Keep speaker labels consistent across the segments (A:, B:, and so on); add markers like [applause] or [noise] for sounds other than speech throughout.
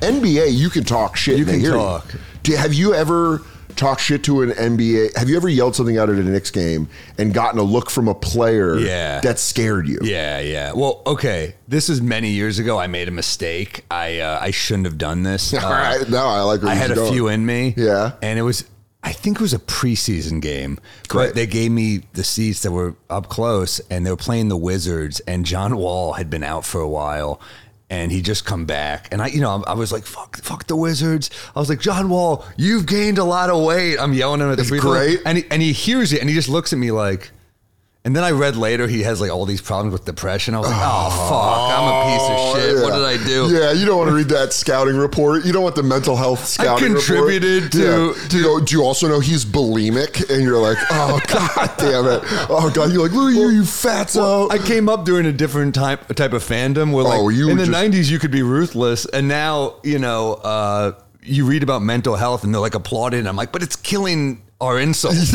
A: NBA, you can talk shit.
B: You
A: and they
B: can
A: hear
B: talk.
A: Do, have you ever talked shit to an NBA? Have you ever yelled something out at a Knicks game and gotten a look from a player
B: Yeah.
A: that scared you?
B: Yeah, yeah. Well, okay. This is many years ago. I made a mistake. I uh, I shouldn't have
A: [laughs]
B: done this.
A: [laughs]
B: Uh,
A: All right. No, I like. where
B: I
A: this
B: had
A: is
B: a
A: going.
B: few in me.
A: Yeah.
B: And it was, I think it was a preseason game, but
A: Right.
B: they gave me the seats that were up close and they were playing the Wizards and John Wall had been out for a while and he just come back. And I, you know, I was like, fuck, fuck the Wizards. I was like, John Wall, you've gained a lot of weight. I'm yelling at him at the
A: It's
B: free throw line.
A: great.
B: And he, and he hears it and he just looks at me like, and then I read later he has like all these problems with depression. I was like, oh, fuck, I'm a piece of shit. What did
A: Yeah.
B: I do?
A: Oh, Yeah, you don't want to read that scouting report. You don't want the mental health scouting
B: contributed
A: report.
B: to-
A: Yeah. You know, do you also know he's bulimic? And you're like, oh, [laughs] god damn it. Oh, god. You're like, look at you, you fatso.
B: Well, I came up during a different type type of fandom where, like,
A: Oh, you
B: in
A: were
B: the
A: just-
B: '90s, you could be ruthless, and now you know uh, you read about mental health, and they're like applauded. And I'm like, but it's killing our insults.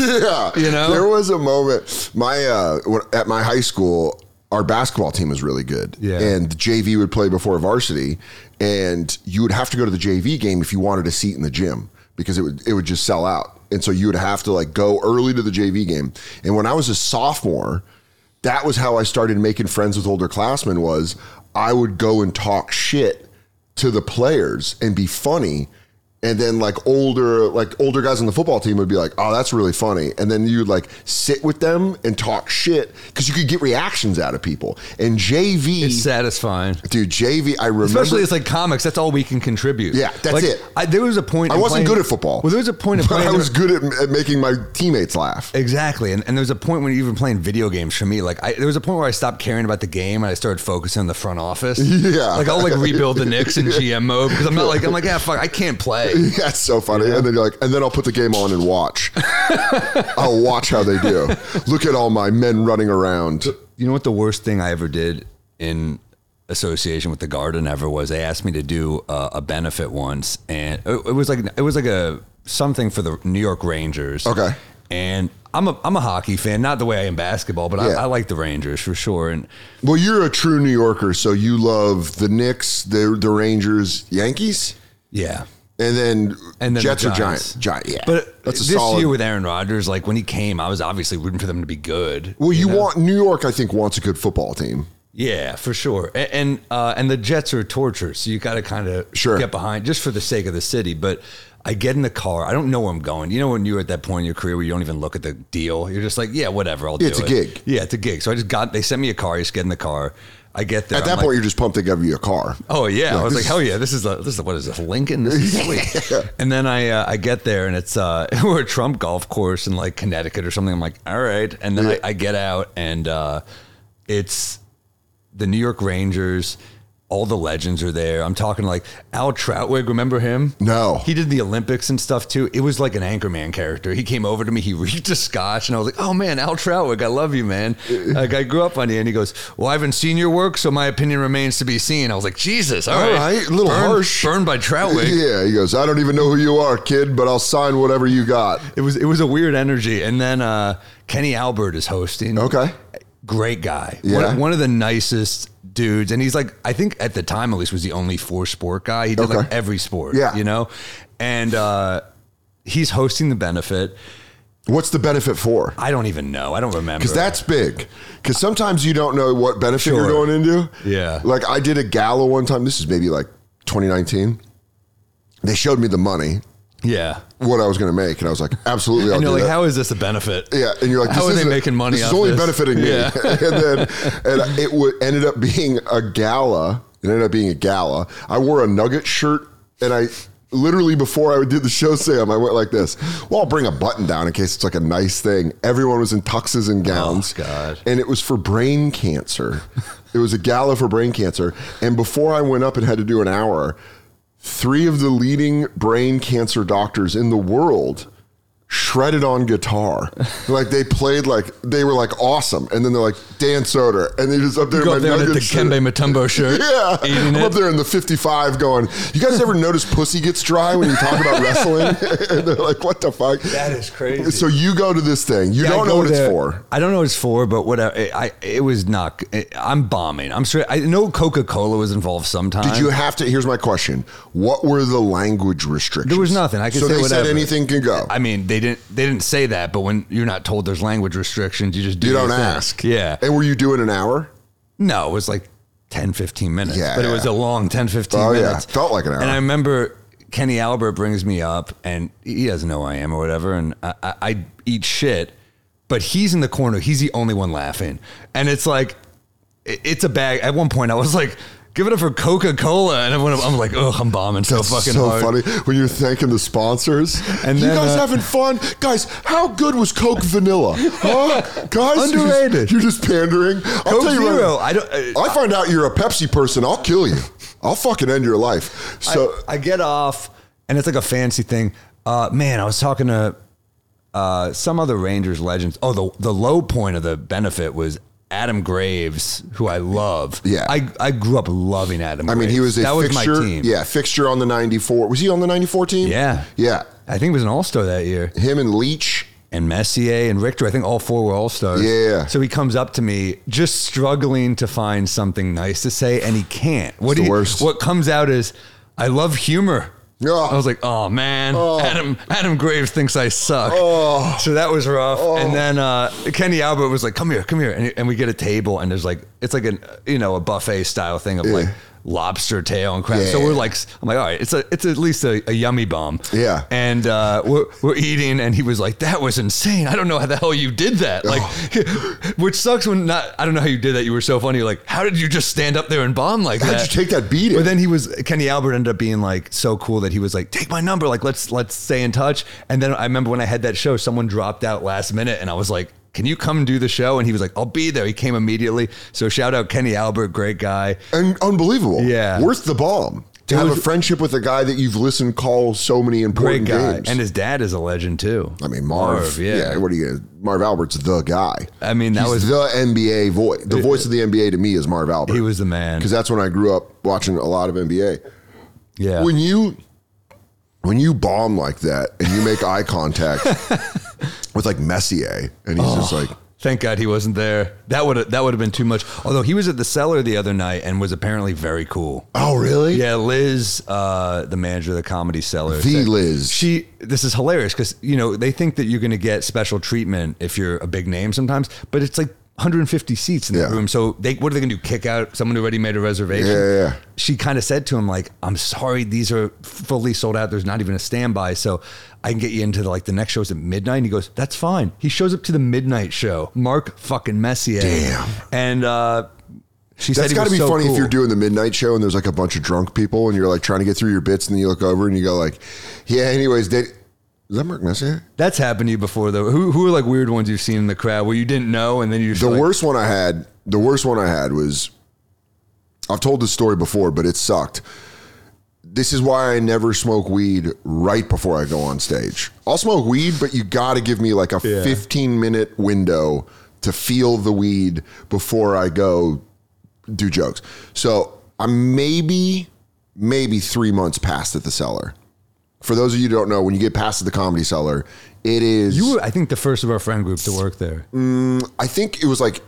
A: [laughs] yeah.
B: You know?
A: there was a moment my uh when- at my high school our basketball team was really good.
B: Yeah.
A: And the JV would play before varsity and you would have to go to the JV game if you wanted a seat in the gym because it would it would just sell out. And so you would have to like go early to the JV game. And when I was a sophomore, that was how I started making friends with older classmen was I would go and talk shit to the players and be funny and then like older like older guys on the football team would be like oh that's really funny and then you'd like sit with them and talk shit because you could get reactions out of people and jv
B: It's satisfying.
A: dude jv i remember
B: Especially it's like comics. That's all we can contribute.
A: Yeah, that's
B: Like,
A: it.
B: I, there was a point.
A: i
B: in
A: wasn't
B: playing-
A: good at football
B: Well, there was a point of
A: but
B: playing.
A: [laughs] i was good at, at making my teammates laugh
B: Exactly, and, and there was a point when you were playing video games for me. Like, I, there was a point where I stopped caring about the game and I started focusing on the front office.
A: Yeah.
B: like I'll like rebuild the Knicks in GM mode because I'm not like I'm like ah fuck I can't play.
A: [laughs] that's so funny and then you're like and then i'll put the game on and
B: [laughs]
A: watch i'll watch how they do look at all my men running around
B: You know what the worst thing I ever did in association with the garden ever was? They asked me to do uh, a benefit once, and it, it was like it was like a something for the New York Rangers.
A: Okay.
B: and I'm a I'm a hockey fan, not the way I am basketball, but
A: Yeah.
B: I, I like the Rangers for sure. And
A: well you're a true new yorker so you love the knicks the, the rangers yankees
B: yeah,
A: And then,
B: And then
A: Jets
B: the
A: are
B: Giants.
A: giant. Giant, yeah.
B: but
A: that's a
B: this
A: solid.
B: year with Aaron Rodgers, like when he came, I was obviously rooting for them to be good.
A: well, you
B: know?
A: want New York? I think wants a good football team.
B: Yeah, for sure. And and, uh, and the Jets are torture, so you got to kind of
A: Sure.
B: get behind just for the sake of the city. But I get in the car. I don't know where I'm going. You know when you're at that point in your career where you don't even look at the deal. You're just like, yeah, whatever. I'll do
A: it's a
B: it.
A: gig.
B: Yeah, it's a gig. So I just got. They sent me a car. I just get in the car. I get there.
A: At that
B: I'm like,
A: point, you're just pumped they give you a car.
B: Oh yeah, I
A: this
B: was like,
A: is-
B: hell yeah, this is a, this is what is this Lincoln? This
A: [laughs]
B: is sweet. and then I uh, I get there and it's uh, [laughs] we're at Trump golf course in like Connecticut or something. I'm like, all right, and then
A: Yeah.
B: I, I get out and uh, it's the New York Rangers. All the legends are there. I'm talking like Al Troutwig. Remember him?
A: No.
B: He did the Olympics and stuff too. It was like an anchorman character. He came over to me. He [laughs] reeked a scotch, and I was like, "Oh man, Al Troutwig, I love you, man. Like I grew up on you." And he goes, "Well, I haven't seen your work, so my opinion remains to be seen." I was like, "Jesus, all
A: All
B: right,
A: right, a little
B: Burned-
A: harsh.
B: burned by Troutwig."
A: Yeah, he goes. I don't even know who you are, kid, but I'll sign whatever you got.
B: It was it was a weird energy. And then uh, Kenny Albert is hosting.
A: Okay.
B: great guy.
A: Yeah.
B: One, one of the nicest dudes. And he's like, I think at the time at least was the only four sport guy. He did
A: Okay.
B: like every sport.
A: Yeah.
B: You know? And uh he's hosting the benefit.
A: What's the benefit for?
B: I don't even know. I don't remember.
A: Because that's big. Because sometimes you don't know what benefit you're
B: Sure.
A: going into.
B: Yeah.
A: Like I did a gala one time. This is maybe like 2019. They showed me the money,
B: Yeah.
A: what I was going to make, and I was like, absolutely. I'll
B: And
A: do
B: you're like,
A: that.
B: how is this a benefit?
A: Yeah, and you're like,
B: How
A: this
B: are they
A: isn't-
B: making money
A: This is
B: off
A: only
B: this?
A: benefiting me.
B: Yeah.
A: [laughs] and then, and it w- ended up being a gala. It ended up being a gala. I wore a nugget shirt, and I literally before I did the show, Sam, I went like this. Well, I'll bring a button down in case it's like a nice thing. Everyone was in tuxes and gowns.
B: God.
A: And it was for brain cancer. it was a gala for brain cancer. And before I went up and had to do an hour, three of the leading brain cancer doctors in the world shredded on guitar.
B: [laughs]
A: like they played like they were like awesome, and then they're like Dan Soder, and they just up there.
C: Go
A: in my
C: up there in a
A: Nuggets [laughs]
C: Dikembe Mutombo shirt.
A: Yeah,
C: Eating
A: I'm
C: it.
A: up there in the 55 going. You guys ever notice pussy gets dry when you talk about
B: [laughs]
A: wrestling? [laughs] and they're like, what the fuck?
B: That is crazy.
A: So you go to this thing. You
B: Yeah, I
A: don't know
B: go
A: what
B: there.
A: it's for.
B: I don't know what it's for, but what I, I it was not. I'm bombing. I'm sure. I know Coca Cola was involved sometime.
A: Did you have to? Here's my question: What were the language restrictions?
B: There was nothing. I could
A: so
B: say
A: they
B: whatever.
A: said anything can go.
B: I mean, they didn't. They didn't say that, but when you're not told there's language restrictions, you just do
A: you
B: your
A: don't
B: thing.
A: ask.
B: Yeah.
A: And were you doing an hour?
B: No, it was like 10, 15 minutes.
A: Yeah,
B: But it
A: yeah.
B: was a long 10, 15
A: Oh, yeah.
B: minutes.
A: Felt like an hour.
B: And I remember Kenny Albert brings me up and he doesn't know who I am or whatever. And I, I, I eat shit, but he's in the corner. He's the only one laughing. And it's like, it- it's a bag. At one point, I was like, give it up for Coca Cola. And everyone, I'm like, oh, I'm bombing so fucking
A: so
B: hard.
A: funny when you're thanking the sponsors.
B: And
A: And you
B: then,
A: guys
B: uh,
A: having fun, guys. How good was Coke Vanilla? Huh? guys,
B: Underrated.
A: You're just, you're just pandering. I'll
B: Coke
A: tell you
B: Zero.
A: What,
B: I don't. uh,
A: I find out you're a Pepsi person. I'll kill you. I'll fucking end your life. So
B: I, I get off, and it's like a fancy thing. Uh, man, I was talking to uh, some other Rangers legends. Oh, the the low point of the benefit was Adam Graves, who I love.
A: Yeah.
B: I, I grew up loving Adam.
A: I mean, he was
B: Graves.
A: a
B: that
A: fixture.
B: was my team.
A: Yeah, fixture on the '94. Was he on the '94 team?
B: Yeah.
A: yeah.
B: I think he was an All Star that year.
A: Him and Leach.
B: and Messier and Richter. I think all four were all stars.
A: Yeah.
B: So he comes up to me, just struggling to find something nice to say, and he can't. What
A: It's the
B: he-
A: worst.
B: What comes out is, I love humor.
A: Oh.
B: I was like, oh man,
A: Oh.
B: Adam Adam Graves thinks I suck.
A: Oh.
B: So that was rough. And then uh, Kenny Albert was like, come here, come here, and, and we get a table, and there's like, it's like an you know a buffet style thing of like lobster tail and crap. So
A: Yeah.
B: we're like, I'm like, all right, it's a it's at least a, a yummy bomb.
A: Yeah.
B: And uh, we're, we're eating, and he was like, "That was insane. I don't know how the hell you did that." Like,
A: Oh.
B: [laughs] which sucks when not. I don't know how you did that. You were so funny. You're like, how did you just stand up there and bomb like
A: How'd
B: that?
A: you take that [laughs] beating?
B: But then he was Kenny Albert ended up being like so cool that he was like, "Take my number. Like, let's let's stay in touch." And then I remember when I had that show, someone dropped out last minute, and I was like. Can you come do the show? And he was like, I'll be there. He came immediately. So shout out Kenny Albert, great guy.
A: and unbelievable.
B: Yeah.
A: worth the bomb to
B: It
A: have
B: was-
A: a friendship with a guy that you've listened call so many
B: Great
A: important
B: guy.
A: games.
B: And his dad is a legend too.
A: I mean Marv, yeah. What are you? gonna- Marv Albert's the guy.
B: I mean, that
A: He's
B: was-
A: the NBA voice. The voice of the NBA to me is Marv Albert.
B: He was the man.
A: because that's when I grew up watching a lot of NBA.
B: Yeah.
A: When you when you bomb like that and you make [laughs] eye contact with like Messier, and he's
B: Oh.
A: just like,
B: Thank God he wasn't there. That would that would have been too much. Although he was at the cellar the other night and was apparently very cool.
A: "Oh, really?
B: Yeah, Liz, uh, the manager of the comedy cellar,
A: The
B: said-
A: Liz.
B: She. This is hilarious because you know they think that you're going to get special treatment if you're a big name sometimes, but it's like 150 seats in the
A: Yeah.
B: room. So they what are they going to do? Kick out someone who already made a reservation?
A: Yeah, yeah, yeah.
B: She kind of said to him like, "I'm sorry, these are fully sold out. There's not even a standby, so I can get you into the, like the next show's at midnight." And he goes, "That's fine." He shows up to the midnight show. Mark fucking Messier.
A: Damn.
B: And uh, she said
A: That's
B: he
A: got to
B: was
A: be
B: so
A: funny
B: cool.
A: if you're doing the midnight show and there's like a bunch of drunk people and you're like trying to get through your bits and then you look over and you go like, yeah. Anyways, Dan- is that Mark Messier?
B: That's happened to you before, though. Who who are like weird ones you've seen in the crowd where you didn't know, and then you just
A: The
B: like,
A: worst one I had. The worst one I had was. I've told this story before, but it sucked. This is why I never smoke weed right before I go on stage. I'll smoke weed, but you got to give me like a
B: Yeah.
A: 15 minute window to feel the weed before I go do jokes. So I'm maybe, maybe three months past at the cellar. For those of you who don't know, when you get past the comedy cellar, it is.
B: You were, I think, the first of our friend group to work there.
A: I think it was like,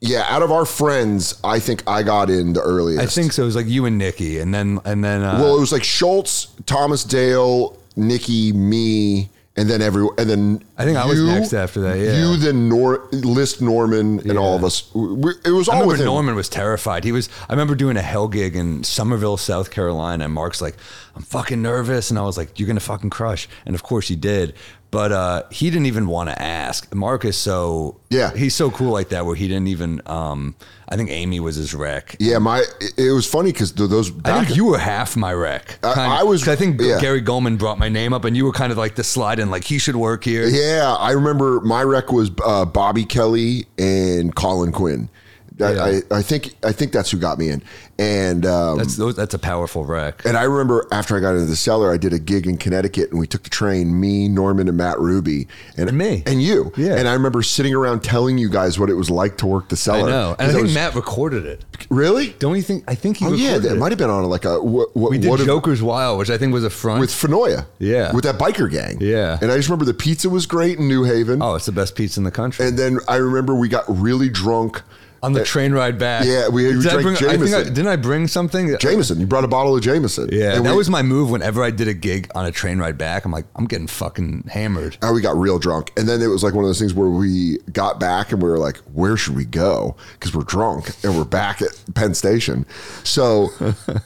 A: yeah, out of our friends, I think I got in the earliest.
B: I think so. It was like you and Nikki, and then and then uh,
A: Well, it was like Schultz, Thomas Dale, Nikki, me, and then every and then
B: I think I was next after that, yeah.
A: you then Nor- list Norman and all of us. We- It was
B: I
A: all
B: remember
A: within.
B: Norman was terrified. He was. I remember doing a hell gig in Somerville, South Carolina, and Mark's like, "I'm fucking nervous," and I was like, "You're gonna fucking crush," and of course he did. But uh, he didn't even want to ask. Mark is so
A: Yeah.
B: he's so cool like that. Where he didn't even. Um, I think Amy was his rec.
A: Yeah, my it- it was funny because those
B: I
A: back
B: think you were half my rec.
A: I-
B: Kinda.
A: I was-
B: 'Cause I think
A: yeah.
B: Gary Goldman brought my name up, and you were kind of like the slide in, like he should work here.
A: Yeah, I remember my rec was uh, Bobby Kelly and Colin Quinn. I,
B: Yeah.
A: I, I think I think that's who got me in. And um,
B: That's those, that's a powerful rec.
A: and I remember after I got into the cellar, I did a gig in Connecticut, and we took the train. Me, Norman, and Matt Ruby and,
B: And me.
A: and you.
B: Yeah.
A: And I remember sitting around telling you guys what it was like to work the
B: I
A: cellar.
B: know. And
A: Because
B: I think
A: was-
B: Matt recorded it.
A: really.
B: Don't you think? I think he
A: Oh yeah,
B: recorded
A: that
B: it.
A: might have been on like a what, what,
B: we did
A: what if-
B: Joker's Wild, which I think was a front.
A: with Fenoya.
B: Yeah.
A: with that biker gang.
B: Yeah.
A: and I just remember the pizza was great in New Haven.
B: oh, it's the best pizza in the country.
A: And then I remember we got really drunk.
B: on the train ride back.
A: Yeah, we- we
B: Did
A: drank
B: I bring, I think I,
A: Jameson.
B: didn't I bring something?
A: Jameson, you brought a bottle of Jameson.
B: Yeah,
A: and
B: that
A: we,
B: was my move. Whenever I did a gig on a train ride back, I'm like, I'm getting fucking hammered.
A: how we got real drunk. And then it was like one of those things where we got back and we were like, where should we go? Because we're drunk and we're back at Penn Station. So [laughs]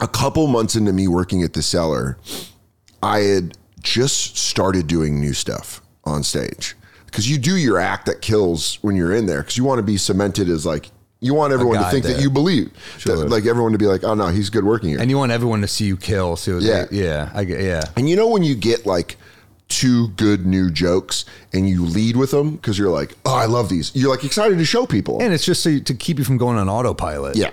A: a couple months into me working at the cellar, I had just started doing new stuff on stage. Because you do your act that kills when you're in there, because you want to be cemented as like, you want everyone to
B: guy
A: think that
B: there.
A: you believe. That,
B: Sure.
A: like everyone to be like, oh no, he's good working here.
B: And you want everyone to see you kill. So it was
A: Yeah.
B: like, yeah, I get, yeah.
A: And you know when you get like two good new jokes and you lead with them because you're like, oh, I love these. You're like excited to show people.
B: And it's just so you, to keep you from going on autopilot.
A: yeah.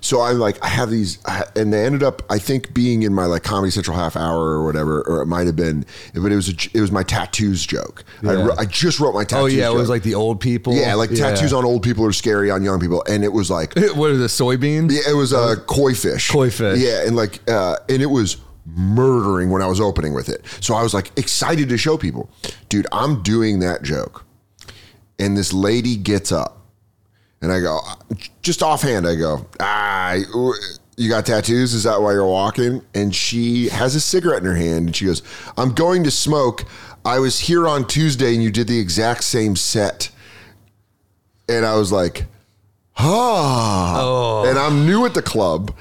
A: So I'm like, I have these, I ha- and they ended up, I think, being in my like Comedy Central half hour or whatever, or it might have been, but it was a, j- it was my tattoos joke. I,
B: Yeah.
A: wr- I just wrote my tattoos.
B: Oh yeah, it was
A: joke.
B: like the old people.
A: yeah, like tattoos on old people are scary on young people, and it was like
B: [laughs] what are the soybeans?
A: Yeah, it was a uh, koi fish.
B: Koi fish.
A: Yeah, and like, uh, and it was murdering when I was opening with it. So I was like excited to show people, dude. I'm doing that joke, and this lady gets up, and I go, just offhand, I go, ah, you got tattoos? Is that why you're walking? And she has a cigarette in her hand, and she goes, I'm going to smoke. I was here on Tuesday, and you did the exact same set, and I was like. Ah.
B: Oh.
A: And I'm new at the club.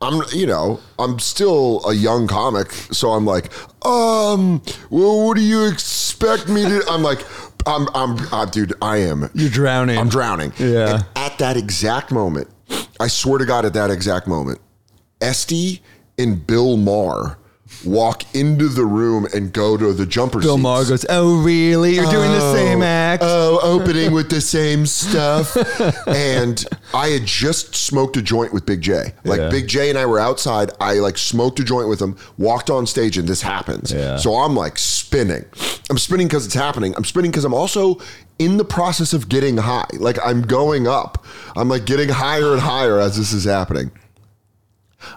A: I'm, you know, I'm still a young comic, so I'm like, um, well, what do you expect me to? I'm like, I'm, I'm, uh, dude, I am,
B: You're drowning.
A: I'm drowning.
B: Yeah.
A: And at that exact moment, I swear to God, at that exact moment, Esty and Bill Maher walk into the room and go to the jumper.
B: Bill
A: seats.
B: Maher goes, "Oh really? You're doing the same
A: Oh,
B: act." [laughs]
A: Oh, opening with the same stuff. and I had just smoked a joint with Big J. Like
B: Yeah.
A: Big J and I were outside. I like smoked a joint with him, walked on stage, and this happens.
B: Yeah.
A: So I'm like spinning. I'm spinning because it's happening. I'm spinning because I'm also in the process of getting high. Like I'm going up. I'm like getting higher and higher as this is happening.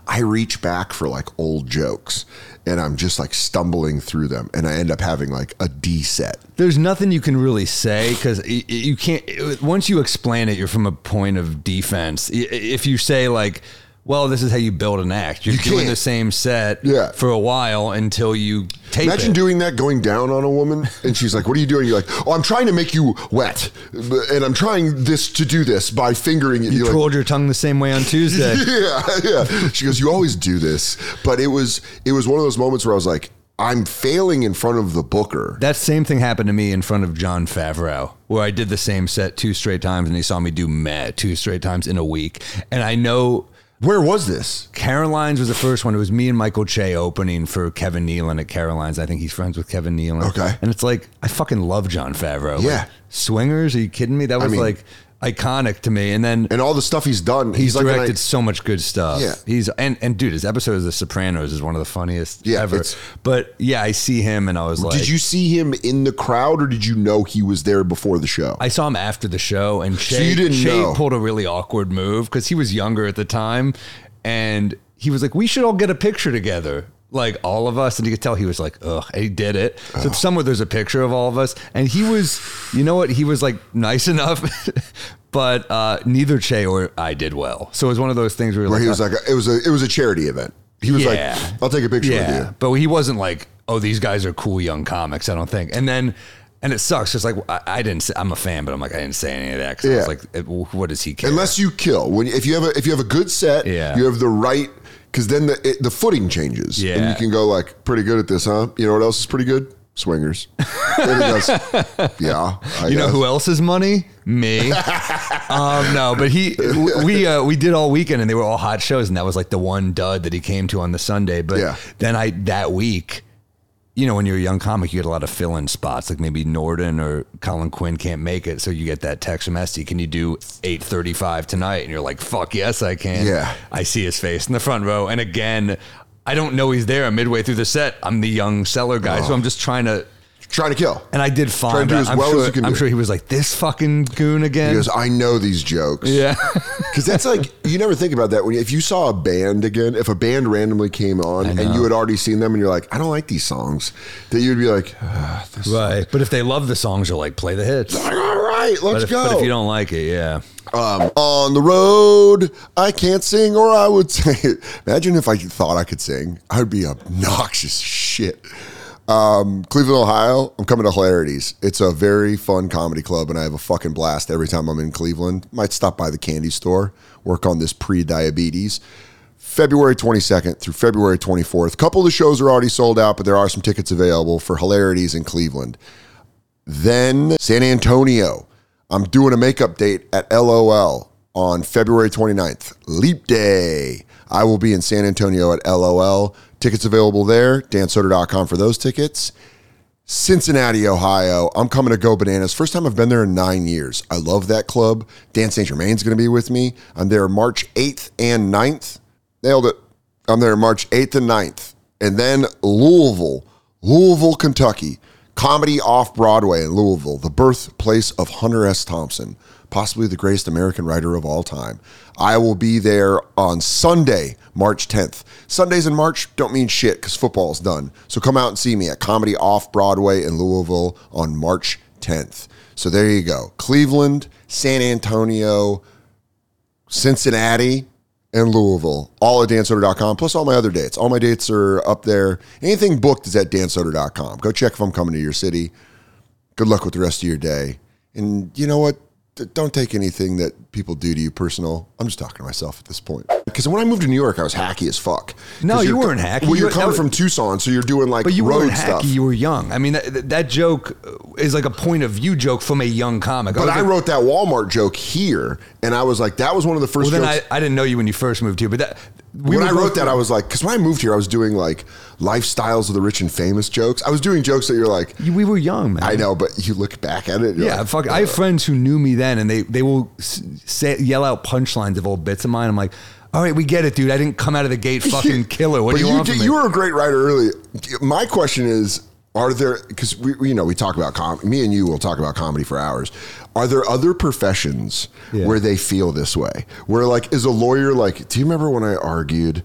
A: I reach back for like old jokes and I'm just like stumbling through them and I end up having like a D set.
B: There's nothing you can really say because you can't. it- Once you explain it, you're from a point of defense. I- i- If you say like, "Well, this is how you build an act," you're
A: You
B: doing
A: can't.
B: the same set
A: Yeah.
B: for a while until you tape
A: Imagine
B: it.
A: doing that, going down on a woman, and she's like, "What are you doing?" You're like, "Oh, I'm trying to make you wet, and I'm trying this to do this by fingering it."
B: you
A: You're like,
B: twirled your tongue the same way on
A: [laughs]
B: Tuesday.
A: yeah, yeah. She goes, "You always do this," but it was it was one of those moments where I was like, "I'm failing in front of the booker."
B: That same thing happened to me in front of John Favreau, where I did the same set two straight times, and he saw me do meh two straight times in a week. And I know
A: Where was this?
B: Caroline's was the first one. It was me and Michael Che opening for Kevin Nealon at Caroline's. I think he's friends with Kevin Nealon.
A: Okay.
B: And it's like, I fucking love John Favreau. Like,
A: Yeah.
B: swingers? Are you kidding me? That was
A: mean-
B: like iconic to me. And then
A: And all the stuff he's done.
B: he's
A: He's, like, an-
B: directed so much good stuff.
A: Yeah.
B: He's, and, and dude, his episode of The Sopranos is one of the funniest
A: Yeah,
B: ever.
A: it's-
B: But yeah, I see him and I was like,
A: did you see him in the crowd, or did you know he was there before the show?
B: I saw him after the show, and Che,
A: you didn't
B: Che
A: know.
B: pulled a really awkward move because he was younger at the time, and he was like, "We should all get a picture together." Like all of us, and you could tell he was like, "Ugh," and he did it. So somewhere there's a picture of all of us, and he was, you know what? He was like nice [laughs] enough, but uh, neither Che or I did well. So it was one of those things where,
A: where
B: like, "Uh,
A: he was like, it was a it was a charity event. He was
B: Yeah.
A: like, "I'll take a picture
B: yeah,
A: with you."
B: but he wasn't like, "Oh, these guys are cool young comics." I don't think. And then, and it sucks. Just like I, I didn't. Say, I'm a fan, but I'm like I didn't say any of that. Cause I
A: Yeah.
B: was like, eh, well, what does he care?
A: unless you kill when if you have a if you have a good set
B: Yeah.
A: you have the right because then the it, the footing changes and
B: Yeah.
A: you can go like pretty good at this huh you know what else is pretty good
B: [laughs]
A: swingers And it goes, yeah I
B: you know
A: guess.
B: who else's money?
A: [laughs]
B: Me. um, no, but he we uh, we did all weekend and they were all hot shows and that was like the one dud that he came to on the Sunday. But
A: Yeah.
B: then I that week, you know, when you're a young comic, you get a lot of fill in spots like maybe Norton or Colin Quinn can't make it, so you get that text from Esty, "Can you do eight thirty five tonight?" And you're like, "Fuck yes, I can."
A: Yeah.
B: I see his face in the front row, and
A: Oh.
B: again. I don't know he's there. I'm midway through the set. I'm the young seller guy, so I'm just trying to
A: trying to kill.
B: And I did
A: Try
B: fine.
A: and do as
B: I'm,
A: well as
B: sure,
A: you can
B: I'm
A: do.
B: sure he was like, this fucking goon again.
A: Because I know these jokes.
B: yeah.
A: Because that's like you never think about that when if you saw a band again, if a band randomly came on and you had already seen them and you're like, I don't like these songs, that you'd be like, ah, this
B: right. But if they love the songs, you're like, play the hits.
A: all right, let's
B: But if,
A: go.
B: but if you don't like it, yeah.
A: um, on the road, I can't sing, or I would [laughs] say it. Imagine if I thought I could sing, I would be obnoxious as shit. Um, Cleveland, Ohio, I'm coming to Hilarities. It's a very fun comedy club, and I have a fucking blast every time I'm in Cleveland. Might stop by the candy store, work on this pre diabetes. February 22nd through February 24th. A couple of the shows are already sold out, but there are some tickets available for Hilarities in Cleveland then San Antonio. I'm doing a makeup date at LOL on February 29th, Leap Day. I will be in San Antonio at LOL. Tickets available there, dansoder.com for those tickets. Cincinnati, Ohio. I'm coming to Go Bananas. First time I've been there in nine years. I love that club. Dan St. Germain's going to be with me. I'm there March 8th and 9th. Nailed it. I'm there March 8th and 9th. And then Louisville, Louisville, Kentucky. Comedy off Broadway in Louisville, the birthplace of Hunter S. Thompson, possibly the greatest American writer of all time. I will be there on Sunday, March 10th. Sundays in March don't mean shit because football's done. So come out and see me at Comedy Off Broadway in Louisville on March 10th. So there you go. Cleveland, San Antonio, Cincinnati, and Louisville, all at dansoder.com, plus all my other dates. All my dates are up there. Anything booked is at dansoder.com. Go check if I'm coming to your city. Good luck with the rest of your day. And you know what? D- Don't take anything that people do to you personal. I'm just talking to myself at this point. Because when I moved to New York, I was hacky as fuck.
B: No,
A: 'Cause
B: you
A: you're-
B: weren't hacky.
A: Well,
B: You
A: you're
B: were-
A: coming
B: that
A: from Tucson, so you're doing like
B: But you
A: road
B: weren't
A: stuff.
B: hacky. You were young. I mean, that, that joke is like a point of view joke from a young comic.
A: but
B: was
A: I
B: like,
A: wrote that Walmart joke here, and I was like, that was one of the first
B: Well, then
A: jokes.
B: I, I didn't know you when you first moved here, but that we
A: when
B: were
A: I wrote
B: both-
A: that, I was like, because when I moved here, I was doing like lifestyles of the rich and famous jokes. I was doing jokes that you're like,
B: You- we were young, man.
A: I know, but you look back at it. you're
B: Yeah,
A: like,
B: fuck. I have friends who knew me then, and they they will s- say, yell out punchlines of old bits of mine. I'm like, all right, we get it, dude. I didn't come out of the [laughs] gate fucking killer. What
A: but
B: do you,
A: you,
B: want
A: did-
B: from me?
A: you were a great writer early. My question is, are there because we we- you know we talk about com- me and you will talk about comedy for hours. Are there other professions
B: Yeah.
A: where they feel this way? Where like is a lawyer like? Do you remember when I argued?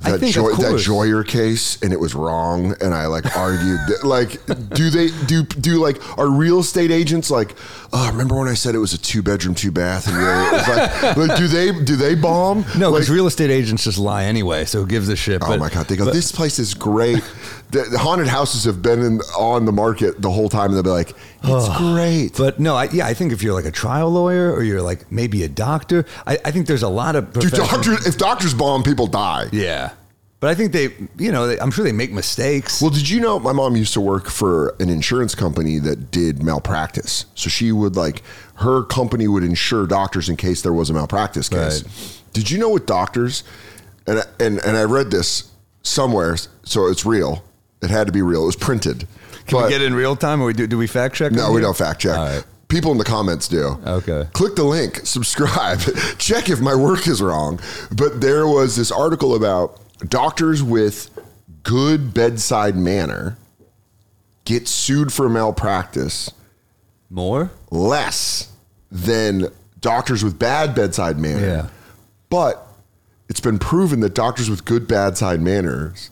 A: That,
B: think,
A: joy,
B: of
A: that
B: course.
A: Joyer case, and it was wrong, and I like argued. that, like, do they do do like are real estate agents like? Oh, remember when I said it was a two bedroom, two bath, and really it was like, like, do they do they bomb?
B: no,
A: like,
B: because real estate agents just lie anyway. So who gives a shit?
A: Oh my god! They go. this place is
B: [laughs]
A: great. the, the haunted houses have been in, on the market the whole time, and they'll be like, "It's great."
B: But no, I, yeah, I think if you're like a trial lawyer or you're like maybe a doctor, I, I think there's a lot of
A: Do
B: professions-
A: doctors, if doctors bomb, people die.
B: Yeah, but I think they, you know, they, I'm sure they make mistakes.
A: Well, did you know my mom used to work for an insurance company that did malpractice? So she would like her company would insure doctors in case there was a malpractice case. Did you know with doctors and I- and and I read this somewhere, so it's real. It had to be real. It was printed.
B: Can
A: But-
B: we get it in real time, or we do, do we fact check?
A: No,
B: on
A: we
B: here?
A: don't fact check.
B: All right.
A: People in the comments do.
B: Okay.
A: Click the link, subscribe, [laughs] check if my work is wrong. But there was this article about doctors with good bedside manner get sued for malpractice
B: More?
A: less than doctors with bad bedside manner.
B: Yeah.
A: But it's been proven that doctors with good bedside manners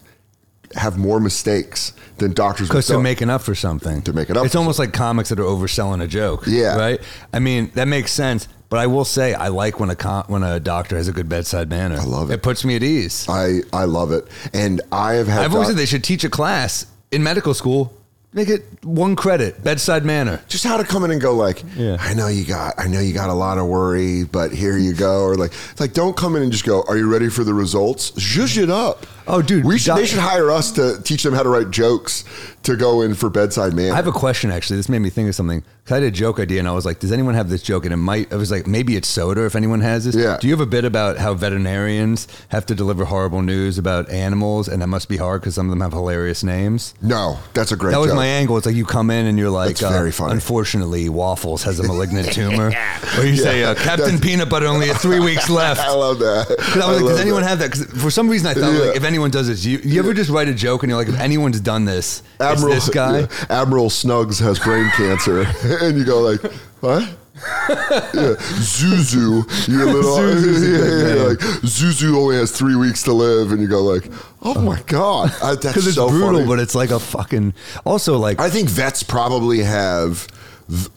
A: have more mistakes than doctors with
B: Because they're
A: don't.
B: making up for something.
A: They're making up
B: It's
A: for
B: almost like comics that are overselling a joke.
A: Yeah.
B: Right. I mean, that makes sense. But I will say, I like when a com- when a doctor has a good bedside manner. I
A: love it.
B: It puts me at ease.
A: I, I love it. And I have had
B: I've always
A: doc-
B: said they should teach a class in medical school. Make it one credit, bedside manner.
A: just how to come in and go like
B: Yeah.
A: i know you got i know you got a lot of worry but here you go or like it's like don't come in and just go are you ready for the results zhuzh it up
B: Oh, dude,
A: we should,
B: doc-
A: they should hire us to teach them how to write jokes to go in for bedside manner
B: I have a question actually. This made me think of something. 'Cause I had a joke idea and I was like, does anyone have this joke? And it might, I was like, maybe it's soda if anyone has this.
A: Yeah.
B: Do you have a bit about how veterinarians have to deliver horrible news about animals and that must be hard because some of them have hilarious names?
A: no that's a great
B: That was
A: joke.
B: my angle. It's like you come in and you're like, uh,
A: That's very funny.
B: unfortunately, Waffles has a
A: [laughs]
B: malignant tumor. Or you say, uh, Captain
A: That's-
B: Peanut Butter only has three weeks left.
A: [laughs] [laughs] i love that
B: And I was
A: I
B: like,
A: love
B: does anyone
A: that.
B: have that? Because for some reason I thought,
A: Yeah.
B: like, if anyone does this, you, you ever just write a joke and you're like, if anyone's done this,
A: Admiral
B: it's this guy.
A: yeah, [laughs] Admiral Snugs has brain cancer, [laughs] and you go like, what? [laughs] yeah, Zuzu, your little
B: Zuzu's
A: [laughs]
B: a
A: yeah,
B: good
A: yeah, yeah,
B: name.
A: like Zuzu only has three weeks to live, and you go like, oh my god, I, that's
B: Because it's
A: so
B: brutal,
A: funny.
B: but it's like a fucking. Also, like
A: I think vets probably have th-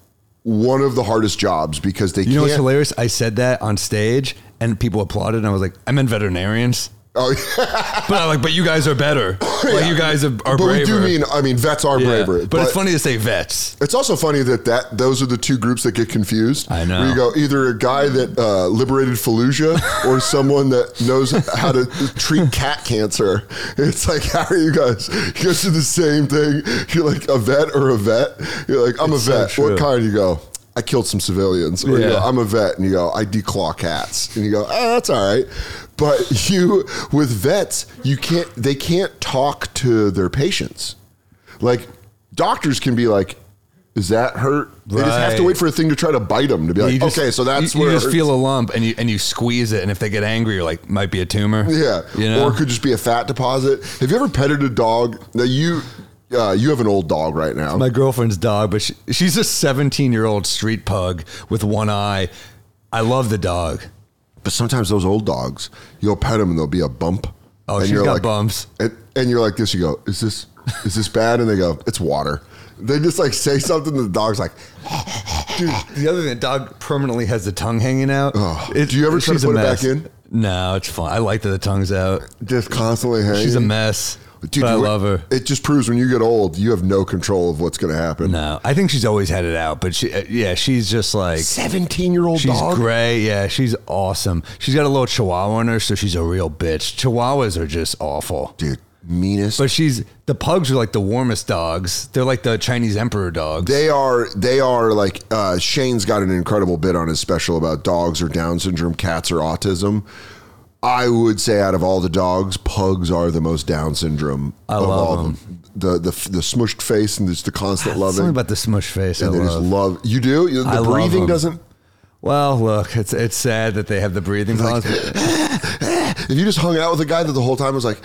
A: one of the hardest jobs because they
B: you know what's
A: can't.
B: hilarious? I said that on stage and people applauded, and I was like, I meant veterinarians.
A: oh, [laughs] yeah.
B: But I'm like, but you guys
A: [laughs]
B: are better. Like you guys are, are
A: but
B: braver.
A: we do mean I mean vets are
B: Yeah.
A: braver,
B: But, it's funny to say vets.
A: It's also funny that, that those are the two groups that get confused.
B: I know.
A: Where you go either a guy that uh, liberated
B: [laughs]
A: Fallujah or someone that knows how to treat cat cancer. It's like, how are you guys? You guys do the same thing. You're like a vet or a vet. You're like, I'm
B: It's
A: a
B: so
A: vet.
B: true.
A: what kind? You go, I killed some civilians. Or you go,
B: Yeah.
A: I'm a vet. And you go, I declaw cats. And you go, oh, that's all right. But [laughs] you, with vets, you can't, they can't talk to their patients. Like doctors can be like, "Is that hurt?" They just have to
B: Right.
A: wait for a thing to try to bite them to be like,
B: You just-
A: "Okay, so that's
B: you,
A: where
B: you
A: it
B: just
A: hurts."
B: feel a lump and you and you squeeze it, and if they get angry, you're like, might be a tumor.
A: [laughs] yeah."
B: you know.
A: Or it could just be a fat deposit. Have you ever petted a dog? Now you uh, you have an old dog right now.
B: my girlfriend's dog, but she, she's a 17 year old street pug with one eye. I love the dog.
A: but sometimes those old dogs, you'll pet them and there'll be a bump.
B: Oh,
A: and
B: she's
A: you're
B: got
A: like,
B: bumps.
A: And, and you're like this. You go, "Is this is this bad?" And they go, "It's water." They just like say something. The dog's like,
B: Dude, the other thing, the dog permanently has the tongue hanging out.
A: Oh, do you ever try to
B: she's a
A: put it back
B: mess.
A: in?
B: No, it's fine. I like that the tongue's out.
A: just constantly hanging.
B: She's a mess.
A: Dude,
B: but I
A: you-
B: love her.
A: It just proves when you get old, you have no control of what's going to happen.
B: No, I think she's always had it out, but she, uh, yeah, she's just like
A: 17 year old
B: She's gray. Yeah, she's awesome. She's got a little chihuahua in her, so she's a real bitch. Chihuahuas are just awful.
A: Dude, meanest.
B: But she's the pugs are like the warmest dogs. They're like the Chinese emperor dogs.
A: they are they are like uh, Shane's got an incredible bit on his special about dogs or Down syndrome, cats or autism. I would say out of all the dogs, pugs are the most Down syndrome
B: I
A: of
B: love
A: all
B: them.
A: of them. The, the the smushed face and just the constant
B: Something
A: loving.
B: about the smush face. I
A: And they just
B: love.
A: love you. Do You- the
B: I love
A: breathing
B: them.
A: doesn't?
B: Well, look, it's it's sad that they have the breathing problems.
A: [laughs]
B: but
A: If you just hung out with a guy that the whole time was like,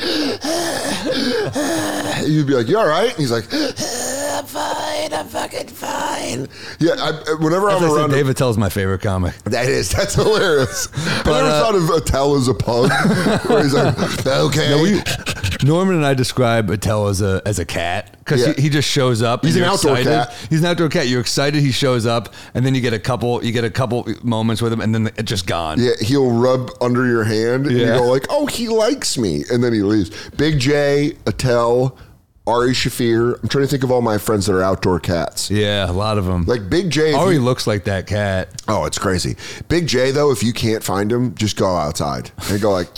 A: you'd be like, "You all right?" And he's like, "I'm fine. I'm fucking fine." Yeah. I, whenever
B: as
A: I'm
B: I said,
A: around,
B: David Tell's my favorite comic.
A: that is that's hilarious.
B: [laughs]
A: I never
B: uh,
A: thought of Attell as a
B: [laughs]
A: pug, where he's like, "Okay."
B: Norman and I describe Attell as a as a cat because
A: Yeah.
B: he, he just shows up.
A: He's
B: and
A: an
B: you're
A: outdoor
B: excited.
A: cat.
B: He's an outdoor cat. You're excited. He shows up, and then you get a couple you get a couple moments with him, and then it's just gone.
A: yeah, he'll rub under your hand, and you
B: Yeah.
A: go like, "Oh, he likes me," and then he leaves. Big J, Attell, Ari Shafir. I'm trying to think of all my friends that are outdoor cats.
B: Yeah, a lot of them.
A: Like Big J, if
B: Ari
A: you-
B: looks like that cat.
A: Oh, it's crazy. Big J though, if you can't find him, just go outside and go like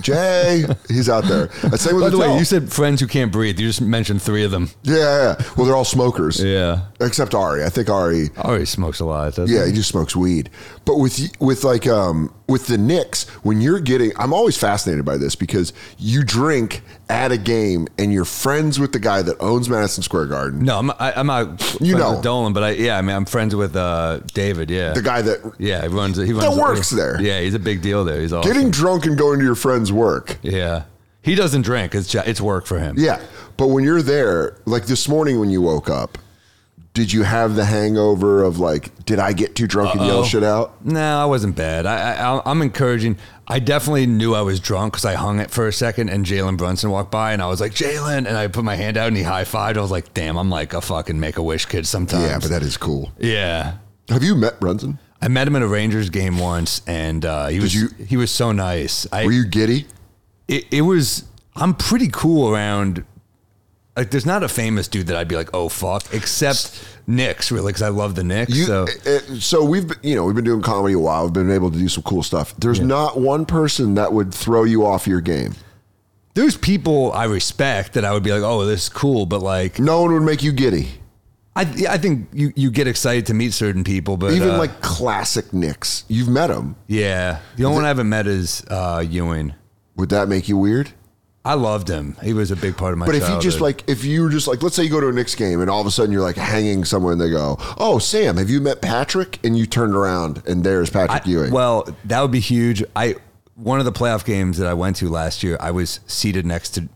A: Jay. He's out there. That's same with
B: By the way,
A: Attell.
B: you said friends who can't breathe. You just mentioned three of them.
A: yeah, yeah, yeah. Well, they're all smokers.
B: Yeah.
A: Except Ari. I think Ari.
B: Ari smokes a lot. Doesn't
A: Yeah,
B: he?
A: he just smokes weed. But with y- with like um with the Knicks, when you're getting, I'm always fascinated by this because you drink at a game and you're friends with the guy that owns Madison Square Garden,
B: No, I'm I, I'm not.
A: You
B: friends
A: know.
B: with Dolan, but I yeah, I mean, I'm friends with uh, David. Yeah,
A: the guy that
B: yeah, he runs. He runs.
A: works there.
B: Yeah, he's a big deal there. He's awesome.
A: getting drunk and going to your friend's work.
B: yeah, he doesn't drink. It's jo- it's work for him.
A: Yeah. But when you're there, like this morning when you woke up, did you have the hangover of like, did I get too drunk and yell
B: Uh-oh.
A: shit out?
B: No, I wasn't bad. I, I I'm encouraging. I definitely knew I was drunk because I hung it for a second, and Jalen Brunson walked by, and I was like, Jalen, and I put my hand out, and he high fived. I was like, damn, I'm like a fucking make a wish kid sometimes.
A: Yeah, but that is cool.
B: yeah.
A: Have you met Brunson?
B: I met him at a Rangers game once, and uh, he was
A: you-
B: he was so nice. I
A: Were you giddy?
B: it, it was I'm pretty cool around. Like, there's not a famous dude that I'd be like, oh fuck, except Knicks, really, because I love the Knicks.
A: You,
B: so
A: so, so we've been, you know we've been doing comedy a while. We've been able to do some cool stuff. There's not one person that would throw you off your game.
B: there's people I respect that I would be like, oh, this is cool, but like,
A: No one would make you giddy.
B: I yeah, I think you you get excited to meet certain people, but
A: Even
B: uh,
A: like classic Knicks, you've met him.
B: yeah, the only one I haven't met is uh, Ewing.
A: Would that make you weird?
B: I loved him. He was a big part of my.
A: But if you
B: childhood.
A: just like, if you were just like, let's say you go to a Knicks game and all of a sudden you're like hanging somewhere and they go, "Oh, Sam, have you met Patrick?" and you turned around and there's Patrick
B: I-
A: Ewing.
B: Well, that would be huge. I one of the playoff games that I went to last year, I was seated next to